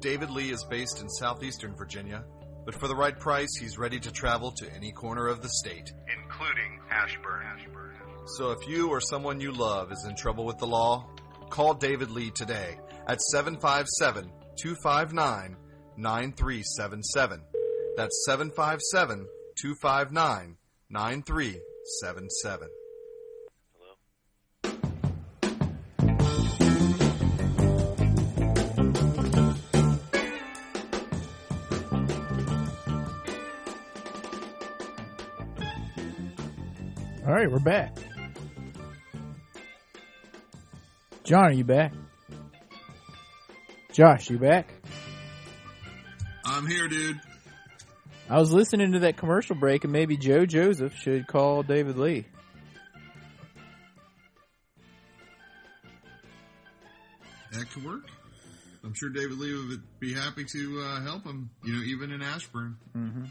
David Lee is based in southeastern Virginia, but for the right price, he's ready to travel to any corner of the state. including Ashburn. Ashburn. So if you or someone you love is in trouble with the law, call David Lee today at 757 259 9377. That's 757 259 9377. All right, we're back. John, are you back? Josh, you back? I'm here, dude. I was listening to that commercial break, and maybe Joe Joseph should call David Lee. That could work. I'm sure David Lee would be happy to uh, help him. You know, even in Ashburn Mm-hmm.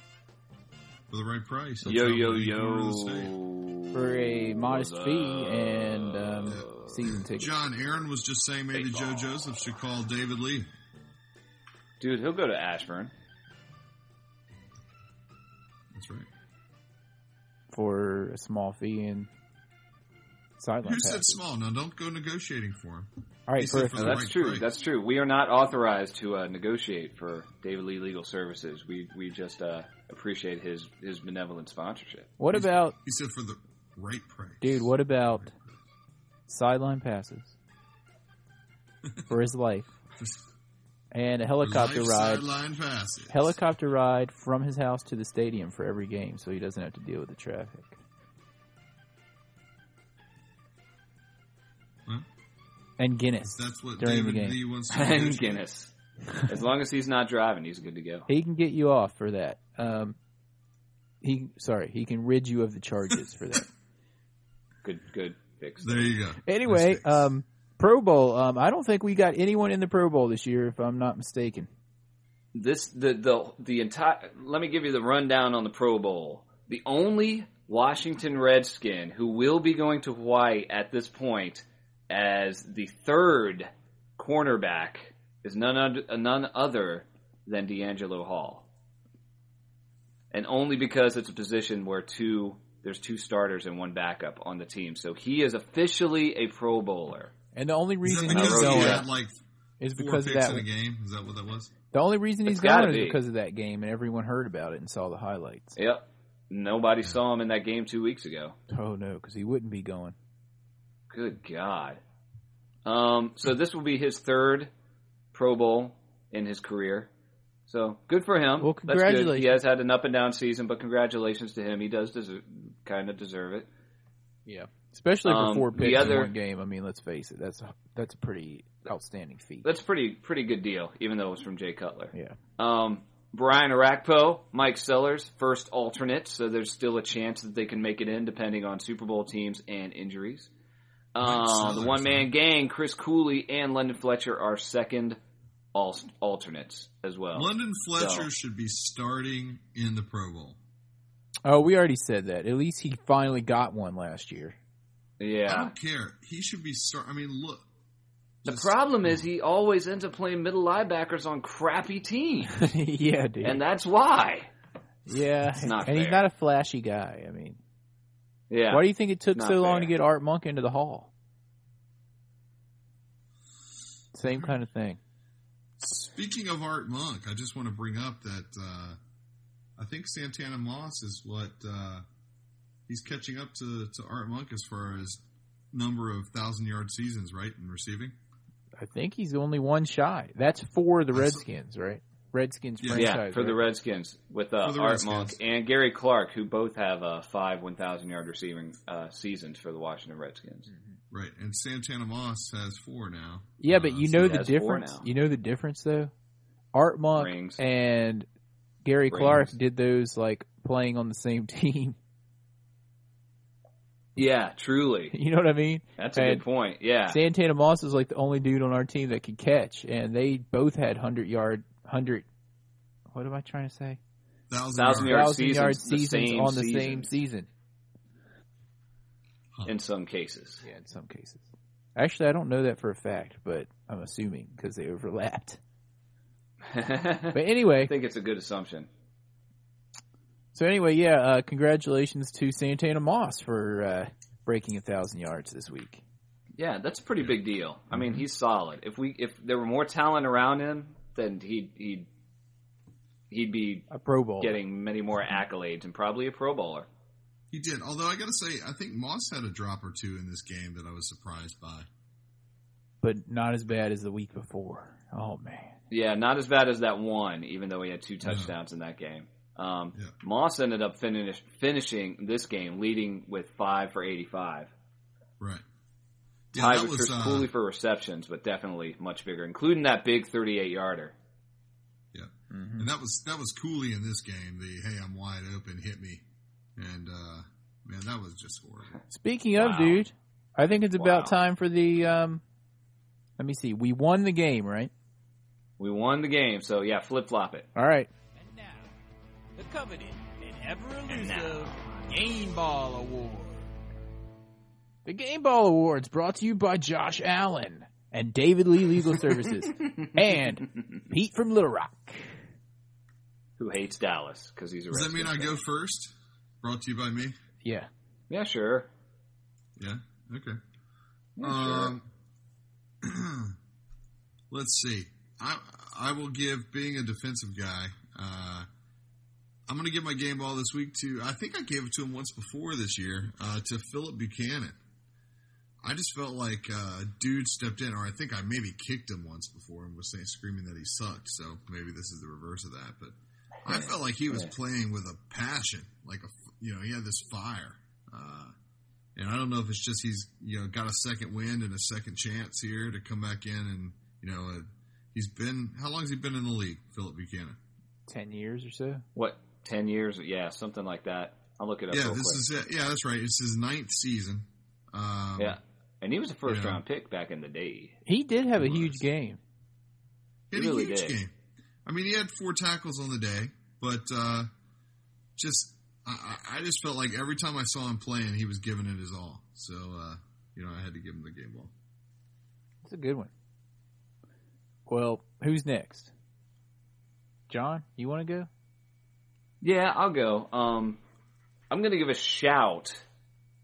for the right price. He'll Yo, travel yo, any corner of the state. yo. For a modest What's fee up? and um, season ticket. John Aaron was just saying maybe Joe Baseball. Joseph should call David Lee. Dude, he'll go to Ashburn. That's right. for a small fee and sideline Who said passes. small? Now don't go negotiating for him. All right, he for said a for No, the fee- that's right true. price. That's true. We are not authorized to uh, negotiate for David Lee Legal Services. We we just uh, appreciate his his benevolent sponsorship. what about He said for the right price. dude? What about sideline passes for his life and a helicopter Life ride? Sideline facets. Helicopter ride from his house to the stadium for every game, so he doesn't have to deal with the traffic. Huh? And Guinness, That's what during the David game. Lee wants to And negotiate. Guinness. As long as he's not driving, he's good to go. he can get you off for that. Um, he sorry, he can rid you of the charges for that. Good good fix. There you go. Anyway, Mistakes. um, Pro Bowl. Um, I don't think we got anyone in the Pro Bowl this year, if I'm not mistaken. This the the the entire. Let me give you the rundown on the Pro Bowl. The only Washington Redskin who will be going to Hawaii at this point as the third cornerback is none other, none other than D'Angelo Hall, and only because it's a position where two there's two starters and one backup on the team, so he is officially a Pro Bowler. And the only Is that reason because he's wrote he going that. had like is four because of picks that. in a One. game? Is that what that was? The only reason he's It's gotta going is be. because of that game, and everyone heard about it and saw the highlights. Yep, nobody saw him in that game two weeks ago. Oh no, because he wouldn't be going. Good God. Um, so this will be his third Pro Bowl in his career. So good for him. Well, That's good. congratulations. He has had an up and down season, but congratulations to him. He does deserve, kind of deserve it. Yeah, especially for Um, four the picks other- in one game. I mean, let's face it, that's a, that's a pretty outstanding feat. That's pretty pretty good deal, even though it was from Jay Cutler. Yeah. Um, Brian Arakpo, Mike Sellers, first alternate, so there's still a chance that they can make it in, depending on Super Bowl teams and injuries. Uh, Sellers, the one man gang, Chris Cooley and London Fletcher are second al- alternates as well. London Fletcher So- should be starting in the Pro Bowl. Oh, we already said that. At least he finally got one last year. I Yeah. don't care. He should be start. I mean, look. The Just- problem is he always ends up playing middle linebackers on crappy teams, yeah, dude. and that's why. yeah, not and he's fair. not a flashy guy. I mean, Yeah. why do you think it took Not so long fair. to get Art Monk into the hall? Same kind of thing. Speaking of Art Monk, I just want to bring up that uh, I think Santana Moss is what uh, he's catching up to, to Art Monk as far as number of thousand yard seasons, right, in receiving. I think he's only one shy. That's for the That's- Redskins, right? Redskins Yeah. franchise. yeah, for the right? Redskins with uh, For the Art Redskins. Monk and Gary Mm-hmm. Clark, who both have uh, five 1,000 yard receiving uh, seasons for the Washington Redskins. Right. And Sam Channel Moss has four now. Yeah, Uh, but you so- know he the has four difference. now. You know the difference though. Art Monk Rings. and Gary Clark Rings. did those like playing on the same team. Yeah, truly. you know what I mean? That's a And- good point. Yeah. Santana Moss is like the only dude on our team that could catch, and they both had hundred yard, hundred. What am I trying to say? thousand, Thousand yards. yard Thousand yard seasons, the seasons same on the season. same season. In some cases. Yeah, in some cases. Actually, I don't know that for a fact, but I'm assuming because they overlapped. I But anyway, think it's a good assumption. so anyway, yeah. Uh, congratulations to Santana Moss for uh, breaking a thousand yards this week. Yeah, that's a pretty big deal. I Mm-hmm. mean, he's solid. If we if there were more talent around him, then he'd he'd he'd be A Pro Bowl. getting many more accolades and probably a Pro Bowler. He did. Although I got to say, I think Moss had a drop or two in this game that I was surprised by. but not as bad as the week before. Oh man. Yeah, not as bad as that one, even though he had two touchdowns in that game. Um, Yeah. Moss ended up finish, finishing this game, leading with five for eighty-five. Right. Yeah, Tied that with was. Chris Uh, Cooley for receptions, but definitely much bigger, including that big thirty-eight yarder. yeah. And that was that was Cooley in this game. The hey, I'm wide open, hit me, and uh man, that was just horrible. Speaking of, Wow. dude, I think it's about Wow. time for the. Um, let me see. We won the game, right? We won the game, so yeah, flip flop it. All right. And now, the coveted and ever elusive Game Ball Award. The Game Ball Awards brought to you by Josh Allen and David Lee Legal Services and Pete from Little Rock. Who hates Dallas because he's a. Does that mean Redskins I fan. go first? Brought to you by me. Yeah. Yeah, sure. Yeah. Okay. Yeah, Um, let's see. I I will give being a defensive guy. Uh, I'm going to give my game ball this week to. I think I gave it to him once before this year uh, to Philip Buchanan. I just felt like uh, a dude stepped in, or I think I maybe kicked him once before and was saying, screaming that he sucked. So maybe this is the reverse of that. But I felt like he was playing with a passion, like a f- you know he had this fire. Uh, and I don't know if it's just he's you know got a second wind and a second chance here to come back in and you know uh, he's been how long has he been in the league, Philip Buchanan? Ten years or so. What ten years? Yeah, something like that. I'll look it up. Yeah, real this quick. is it. yeah, that's right. It's his ninth season. Um, yeah, and he was a first yeah. round pick back in the day. He did have a Nice. huge game. He had He really a huge did. game. I mean, he had four tackles on the day, but uh, just I, I I just felt like every time I saw him playing, he was giving it his all. So uh, you know, I had to give him the game ball. That's a good one. Well, who's next? John, you want to go? Yeah, I'll go. Um, I'm gonna give a shout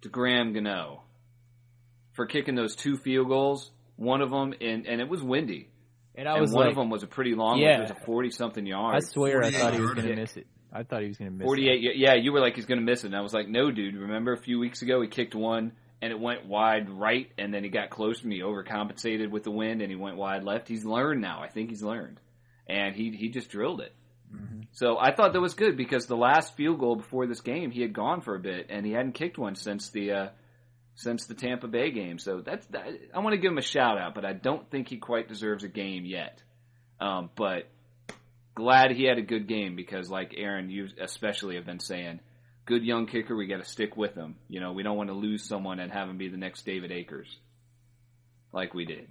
to Graham Gano for kicking those two field goals. One of them, and and it was windy, And I and was one like, of them was a pretty long. Yeah. one. It was a forty something yard. I swear, I 48 thought he was yard going to kick. miss it. I thought he was going to miss it. 48. y- Yeah, you were like, he's going to miss it. And I was like, no, dude. Remember a few weeks ago, he kicked one and it went wide right, and then he got close and he overcompensated with the wind and he went wide left. He's learned now. I think he's learned. And he, he just drilled it. Mm-hmm. So I thought that was good because the last field goal before this game, he had gone for a bit and he hadn't kicked one since the. Uh, since the Tampa Bay game, so that's that, I want to give him a shout out, but I don't think he quite deserves a game yet. Um, but glad he had a good game because, like Aaron, you especially have been saying, good young kicker, we got to stick with him. You know, we don't want to lose someone and have him be the next David Akers, like we did.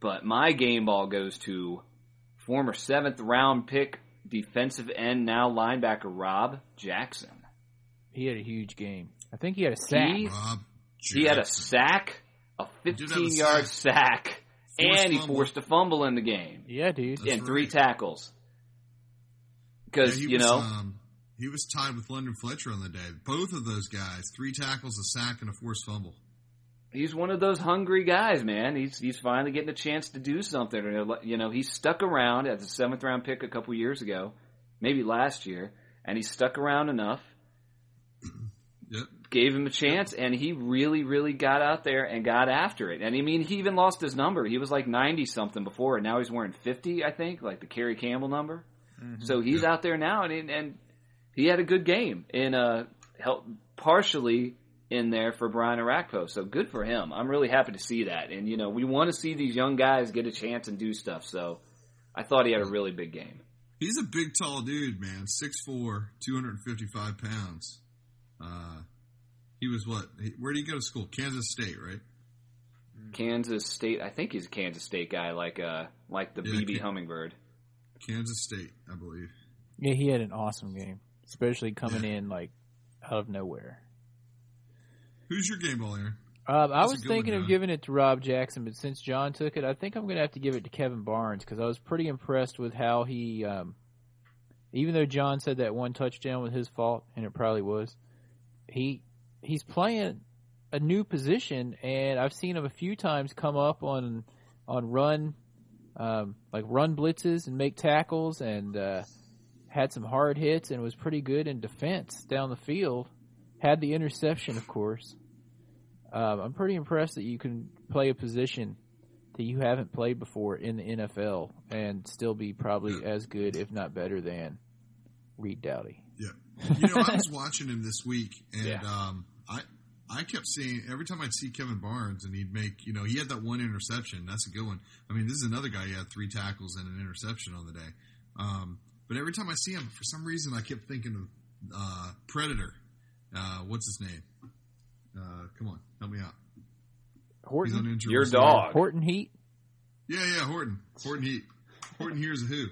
But my game ball goes to former seventh round pick, defensive end, now linebacker Rob Jackson. He had a huge game. I think he had a sack. He- Rob, He had a Jackson. sack, a He did have a 15 yard sack, Forced and he fumble. forced a fumble in the game yeah, dude. That's and three right. tackles. Because, Yeah, he you was, know. um, he was tied with London Fletcher on the day. Both of those guys, three tackles, a sack, and a forced fumble. he's one of those hungry guys, man. He's he's finally getting a chance to do something. And, You know, he stuck around as a seventh round pick a couple years ago, maybe last year, and he stuck around enough, Yep. gave him a chance, and he really, really got out there and got after it. And I mean, he even lost his number. He was like ninety something before, and now he's wearing fifty, I think, like the Kerry Campbell number. So he's out there now, and and he had a good game and uh, helped partially in there for Brian Arakpo. So good for him. I'm really happy to see that. And you know, we want to see these young guys get a chance and do stuff. So I thought he had a really big game. He's a big, tall dude, man. 6'4", 255 pounds. Uh, he was what? he- Where did he go to school? Kansas State, right? Kansas State. I think he's a Kansas State guy, like uh, like the Yeah, BB Ka- Hummingbird. Kansas State, I believe. Yeah, he had an awesome game, especially coming in like out of nowhere. Who's your game ball, Aaron? Um, I That's a was good one, thinking of John. giving it to Rob Jackson, but since John took it, I think I'm going to have to give it to Kevin Barnes because I was pretty impressed with how he, um, even though John said that one touchdown was his fault, and it probably was, he he's playing a new position, and I've seen him a few times come up on on run, um, like run blitzes and make tackles, and uh, had some hard hits, and was pretty good in defense down the field. Had the interception, of course. Um, I'm pretty impressed that you can play a position that you haven't played before in the NFL and still be probably as good, if not better, than Reed Dowdy. you know, I was watching him this week, and Yeah. um, I I kept seeing every time I'd see Kevin Barnes, and he'd make you know he had that one interception. That's a good one. I mean, this is another guy who had three tackles and an interception on the day. Um, but every time I see him, for some reason, I kept thinking of uh, Predator. Uh, what's his name? Uh, come on, help me out. He's on Horton, injury Your reserve. dog. Horton Heat. Yeah, yeah, Horton. Horton Heat. Horton hears a who.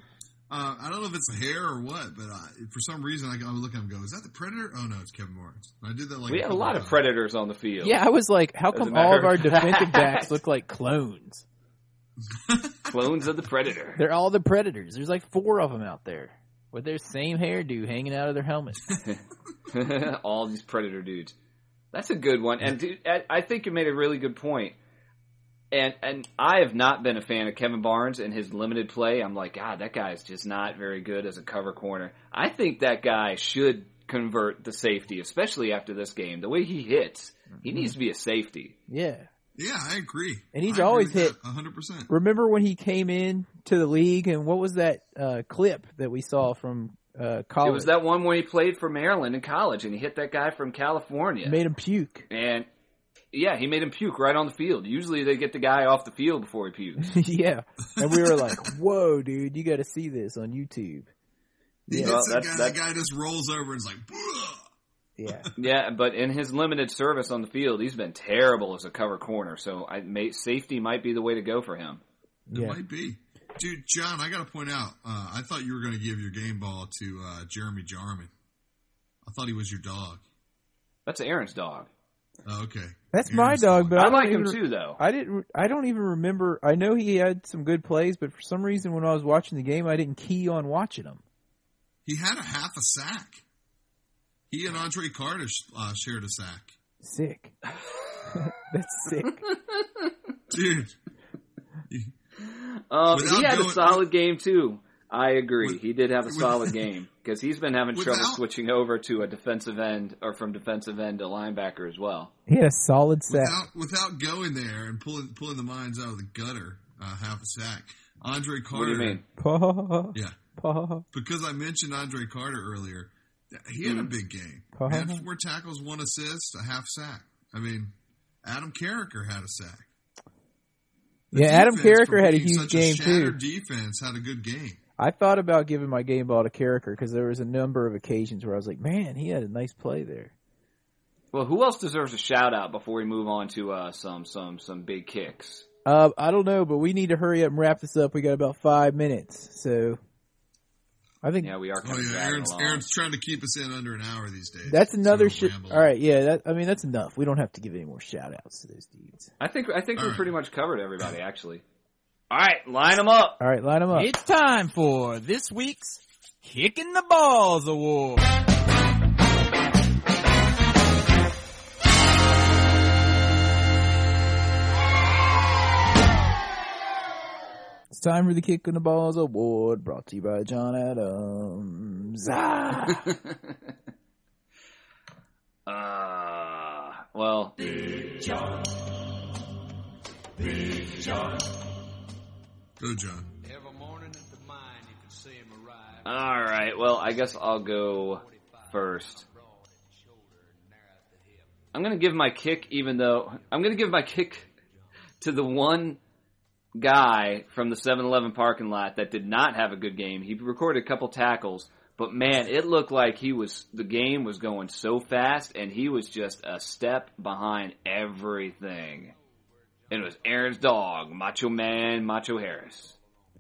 Uh, I don't know if it's a hair or what, but I, for some reason I, I would look at him and go, "Is that the Predator?" Oh no, it's Kevin Barnes. And I did that like we had a couple lot of times. predators on the field. Yeah, I was like, how Doesn't come all of matter. our defensive backs look like clones? clones of the predator. They're all the predators. There's like four of them out there with their same hairdo hanging out of their helmets. all these predator dudes. That's a good one, and dude, I- I think you made a really good point. And and I have not been a fan of Kevin Barnes and his limited play. I'm like, God, that guy's just not very good as a cover corner. I think that guy should convert the safety, especially after this game. The way he hits, he needs to be a safety. Yeah. Yeah, I agree. And he's I agree always with that hit- 100%. remember when he came in to the league and what was that uh, clip that we saw from uh, college? It was that one where he played for Maryland in college, and he hit that guy from California. made him puke. and yeah, he made him puke right on the field. Usually, they get the guy off the field before he pukes. yeah, and we were like, "Whoa, dude, you got to see this on YouTube." Yeah. He hits Well, that that's- guy, that's- that guy just rolls over and is like, "Bleh." Yeah, Yeah, but in his limited service on the field, he's been terrible as a cover corner. So I may, safety might be the way to go for him. it yeah. might be. Dude, John, I got to point out, uh, I thought you were going to give your game ball to uh, Jeremy Jarman. I thought he was your dog. That's Aaron's dog. Oh, okay. That's Aaron's my dog, but I don't like him even- too, though. I didn't. I don't even remember. I know he had some good plays, but for some reason, when I was watching the game, I didn't key on watching him. He had a half a sack. He and Andre Carter sh- uh, shared a sack. Sick. That's sick. Dude, Um, Without he had a going- solid game too. I agree. With- he did have a with- solid game because he's been having trouble Without- switching over to a defensive end or from defensive end to linebacker as well. He had a solid sack. without, without going there and pulling pulling the mines out of the gutter, uh, half a sack. Andre Carter. What do you mean? Paw, Yeah. paw. because I mentioned Andre Carter earlier, he had a big game. Uh-huh. Had four tackles, one assist, a half sack. I mean, Adam Carricker had a sack. The Yeah, Adam defense, for Carricker had a being huge such game too. shattered Defense had a good game. I thought about giving my game ball to Carricker because there was a number of occasions where I was like, "Man, he had a nice play there." Well, who else deserves a shout out before we move on to uh, some some some big kicks? Uh, I don't know, but we need to hurry up and wrap this up. We got about five minutes, so I think Yeah, we are Oh coming yeah, back Aaron's, along. Aaron's trying to keep us in under an hour these days. that's So another we'll shit. ramble. All right, yeah, that, I mean that's enough. We don't have to give any more shout outs to those dudes. I think I think All we right. pretty much covered everybody actually. All right, line them up. All right, line them up. It's time for this week's Kicking the Balls Award. It's time for the Kick in the Balls Award, brought to you by John Adams. Ah. Uh, well, Go, John. all right. Well, I guess I'll go first. I'm gonna give my kick, even though I'm gonna give my kick to the one guy from the 7-Eleven parking lot that did not have a good game. He recorded a couple tackles, but man, it looked like he was the game was going so fast, and he was just a step behind everything. And it was Aaron's dog, Macho Man, Macho Harris.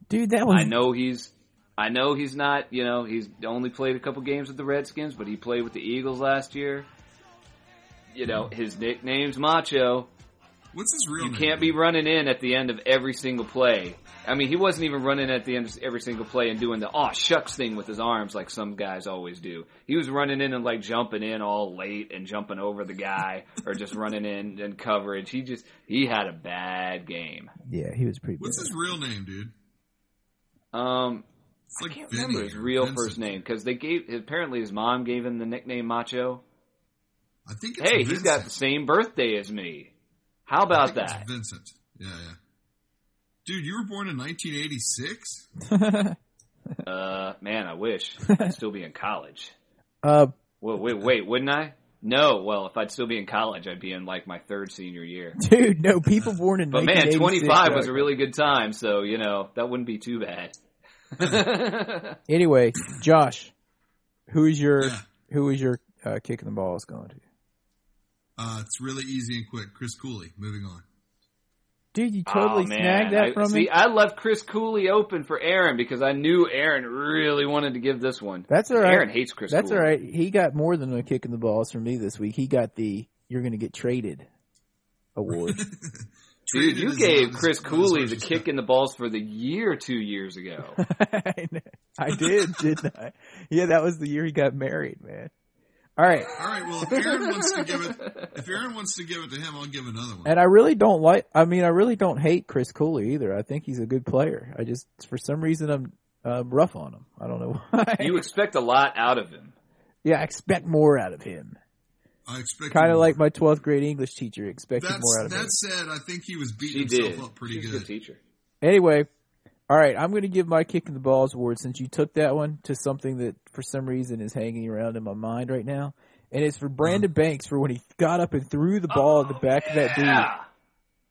Dude, that was I know he's I know he's not, you know, he's only played a couple games with the Redskins, but he played with the Eagles last year. You know, his nickname's Macho. What's his real You name? can't be running in at the end of every single play. I mean, he wasn't even running at the end of every single play and doing the aw shucks thing with his arms like some guys always do. He was running in and like jumping in all late and jumping over the guy or just running in and coverage. He just he had a bad game. yeah, he was pretty. What's bad. his real name, dude? Um It's like I can't Vinny remember his or real Vincent. first name because they gave apparently his mom gave him the nickname Macho. I think it's Hey, Vincent. he's got the same birthday as me. How I about think it's that? Vincent. Yeah, yeah. Dude, you were born in 1986? Uh, man, I wish I'd still be in college. Uh, Wait, wait, wait, wouldn't I? No, well, if I'd still be in college, I'd be in like my third senior year. dude, no people born in. But man, 1986 25 was suck. a really good time, so you know that wouldn't be too bad. Anyway, Josh, who's your Yeah. who is your uh, kicking the ball is going to? Uh, it's really easy and quick. Chris Cooley. Moving on. Dude, you totally oh, man. snagged that I, from see, me. I left Chris Cooley open for Aaron because I knew Aaron really wanted to give this one. That's all right. Aaron hates Chris That's Cooley. all right. He got more than a kick in the balls from me this week. He got the "You're going to get traded" award. Dude, Traded you is gave not as- Chris not as Cooley harsh the as kick that. in the balls for the year two years ago. I know. I did, didn't I? Yeah, that was the year he got married, man. All right, All right, well, if Aaron wants to give it, if Aaron wants to give it to him, I'll give another one. and I really don't like. I mean, I really don't hate Chris Cooley either. I think he's a good player. I just, for some reason, I'm uh, rough on him. I don't know why. you expect a lot out of him. yeah, I expect more out of him. I expect Kind of more. like my 12th grade English teacher expected that's more out of him. that said. I think he was She beating did. himself up pretty She's a good. good teacher. Anyway, all right, I'm going to give my kick in the balls award since you took that one to something that for some reason is hanging around in my mind right now. And it's Uh-huh. for Brandon Banks for when he got up and threw the ball at the back of that dude. Oh, Yeah.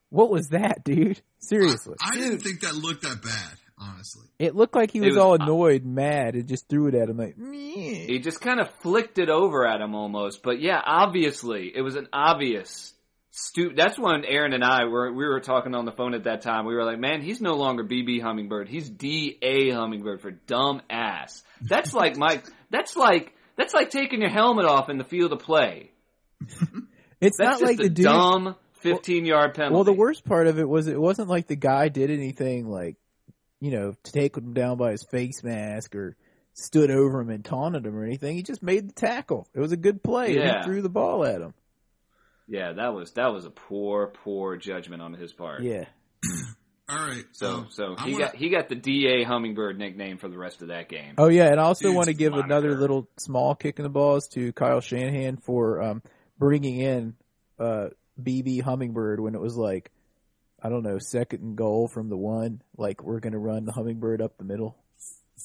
What was that, dude? Seriously. I didn't think that looked that bad, honestly. It looked like he It was, was- all annoyed, mad, and just threw it at him like, "Meh." He just kind of flicked it over at him almost. But yeah, obviously, it was an obvious. Stu- That's when Aaron and I were we were talking on the phone at that time. We were like, "Man, he's no longer BB Hummingbird. He's DA Hummingbird for dumb ass." That's like Mike. That's like that's like taking your helmet off in the field of play. It's not That's just like a the dude. dumb fifteen yard penalty. Well, the worst part of it was it wasn't like the guy did anything like, you know, to take him down by his face mask or stood over him and taunted him or anything. He just made the tackle. It was a good play. Yeah. He threw the ball at him. Yeah, that was that was a poor, poor judgment on his part. Yeah. All right, So um, so I he wanna- got he got the DA Hummingbird nickname for the rest of that game. Oh yeah, and I also Dude's want to give monitor. another little small kick in the balls to Kyle Shanahan for um, bringing in uh, BB Hummingbird when it was like, I don't know, second and goal from the one. Like we're gonna run the Hummingbird up the middle.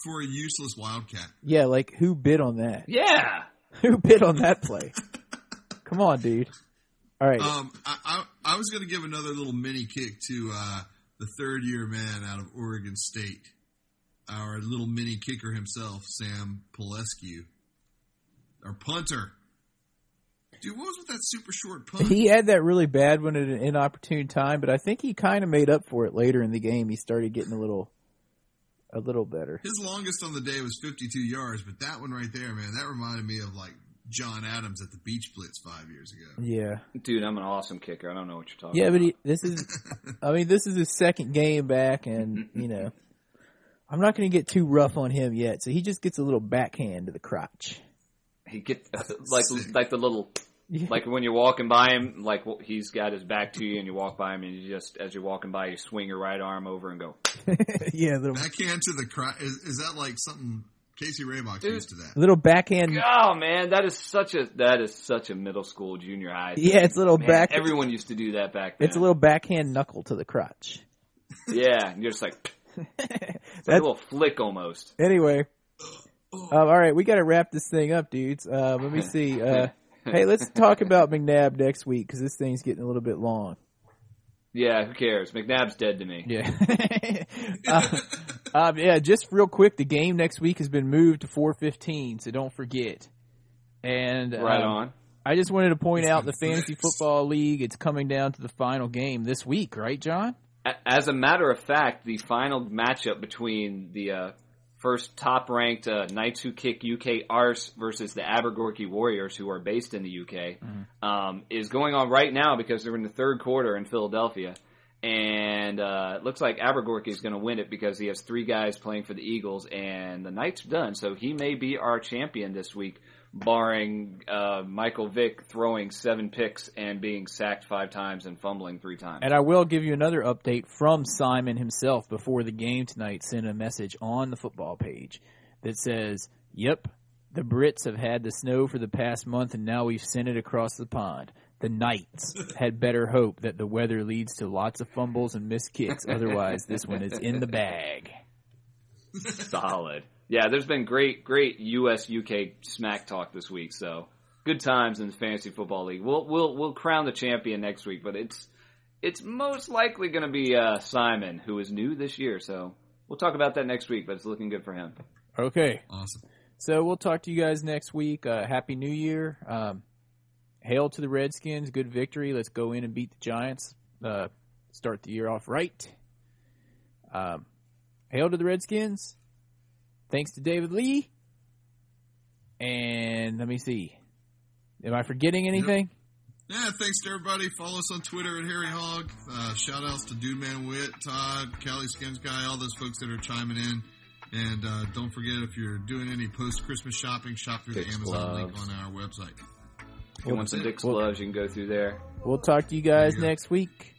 for a useless wildcat. Yeah, like who bid on that? Yeah. Who bid on that play? Come on, dude. All right. Um, I, I I was gonna give another little mini kick to uh, the third year man out of Oregon State, our little mini kicker himself, Sam Polescu, our punter. Dude, what was with that super short punt? he had that really bad one at an inopportune time, but I think he kind of made up for it later in the game. He started getting a little, a little better. His longest on the day was 52 yards, but that one right there, man, that reminded me of like John Adams at the Beach Blitz five years ago. Yeah, Dude, I'm an awesome kicker. I don't know what you're talking yeah, about. but he, this is, I mean, this is his second game back, and you know, I'm not going to get too rough on him yet. So he just gets a little backhand to the crotch. he gets like Sick. like the little Yeah. like when you're walking by him, like wh- he's got his back to you, and you walk by him, and you just as you're walking by, you swing your right arm over and go. yeah, little, Backhand to the cry. Is, is that like something Casey Raybox Dude. used to that? little backhand. Oh man, that is such a that is such a middle school, junior high. thing. Yeah, it's a little Man, back. Everyone used to do that back then. It's a little backhand knuckle to the crotch. yeah. And you're just like, it's like That's- a little flick almost. Anyway, um, all right, we got to wrap this thing up, dudes. Uh, let me see. Uh, hey, let's talk about McNabb next week because this thing's getting a little bit long. Yeah, who cares? McNabb's dead to me. Yeah. uh, um, yeah, just real quick, the game next week has been moved to 4:15, so don't forget. And Right um, on. I just wanted to point out the fantasy football league. It's coming down to the final game this week, right, John? A- As a matter of fact, the final matchup between the uh, first top ranked uh, Knights Who Kick UK Arse versus the Abergorky Warriors, who are based in the UK, um, is going on right now because they're in the third quarter in Philadelphia. And uh, it looks like Abergorky is going to win it because he has three guys playing for the Eagles, and the Knights are done. So he may be our champion this week, barring uh, Michael Vick throwing seven picks and being sacked five times and fumbling three times. And I will give you another update from Simon himself before the game tonight. Sent a message on the football page that says, "Yep, the Brits have had the snow for the past month, and now we've sent it across the pond." The Knights had better hope that the weather leads to lots of fumbles and missed kicks. Otherwise, this one is in the bag. solid. Yeah, there's been great, great U.S. UK smack talk this week. So good times in the fantasy football league. We'll we'll we'll crown the champion next week, but it's it's most likely going to be uh, Simon, who is new this year. So we'll talk about that next week. But it's looking good for him. Okay, Awesome. So we'll talk to you guys next week. Uh, Happy New Year. Um, hail to the Redskins. Good victory. Let's go in and beat the Giants. Uh, start the year off right. Um, hail to the Redskins. Thanks to David Lee. And let me see. Am I forgetting anything? Yeah, thanks to everybody. Follow us on Twitter at Harry Hog. Uh, shout outs to Dude Man Wit, Todd, Cali Skims Guy, all those folks that are chiming in. And uh, don't forget if you're doing any post Christmas shopping, shop through the Dick's Amazon link gloves. on our website. If you want some Dick's Well- gloves, you can go through there. We'll talk to you guys There you go. next week.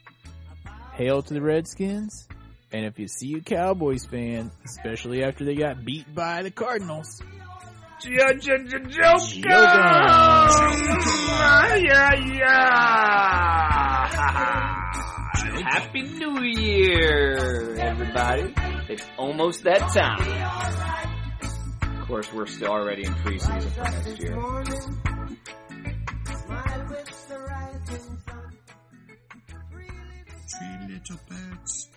Hail to the Redskins. And if you see a Cowboys fan, especially after they got beat by the Cardinals, Happy New Year, everybody! It's almost that time. Of course, we're still already in preseason for next year. Three little bats.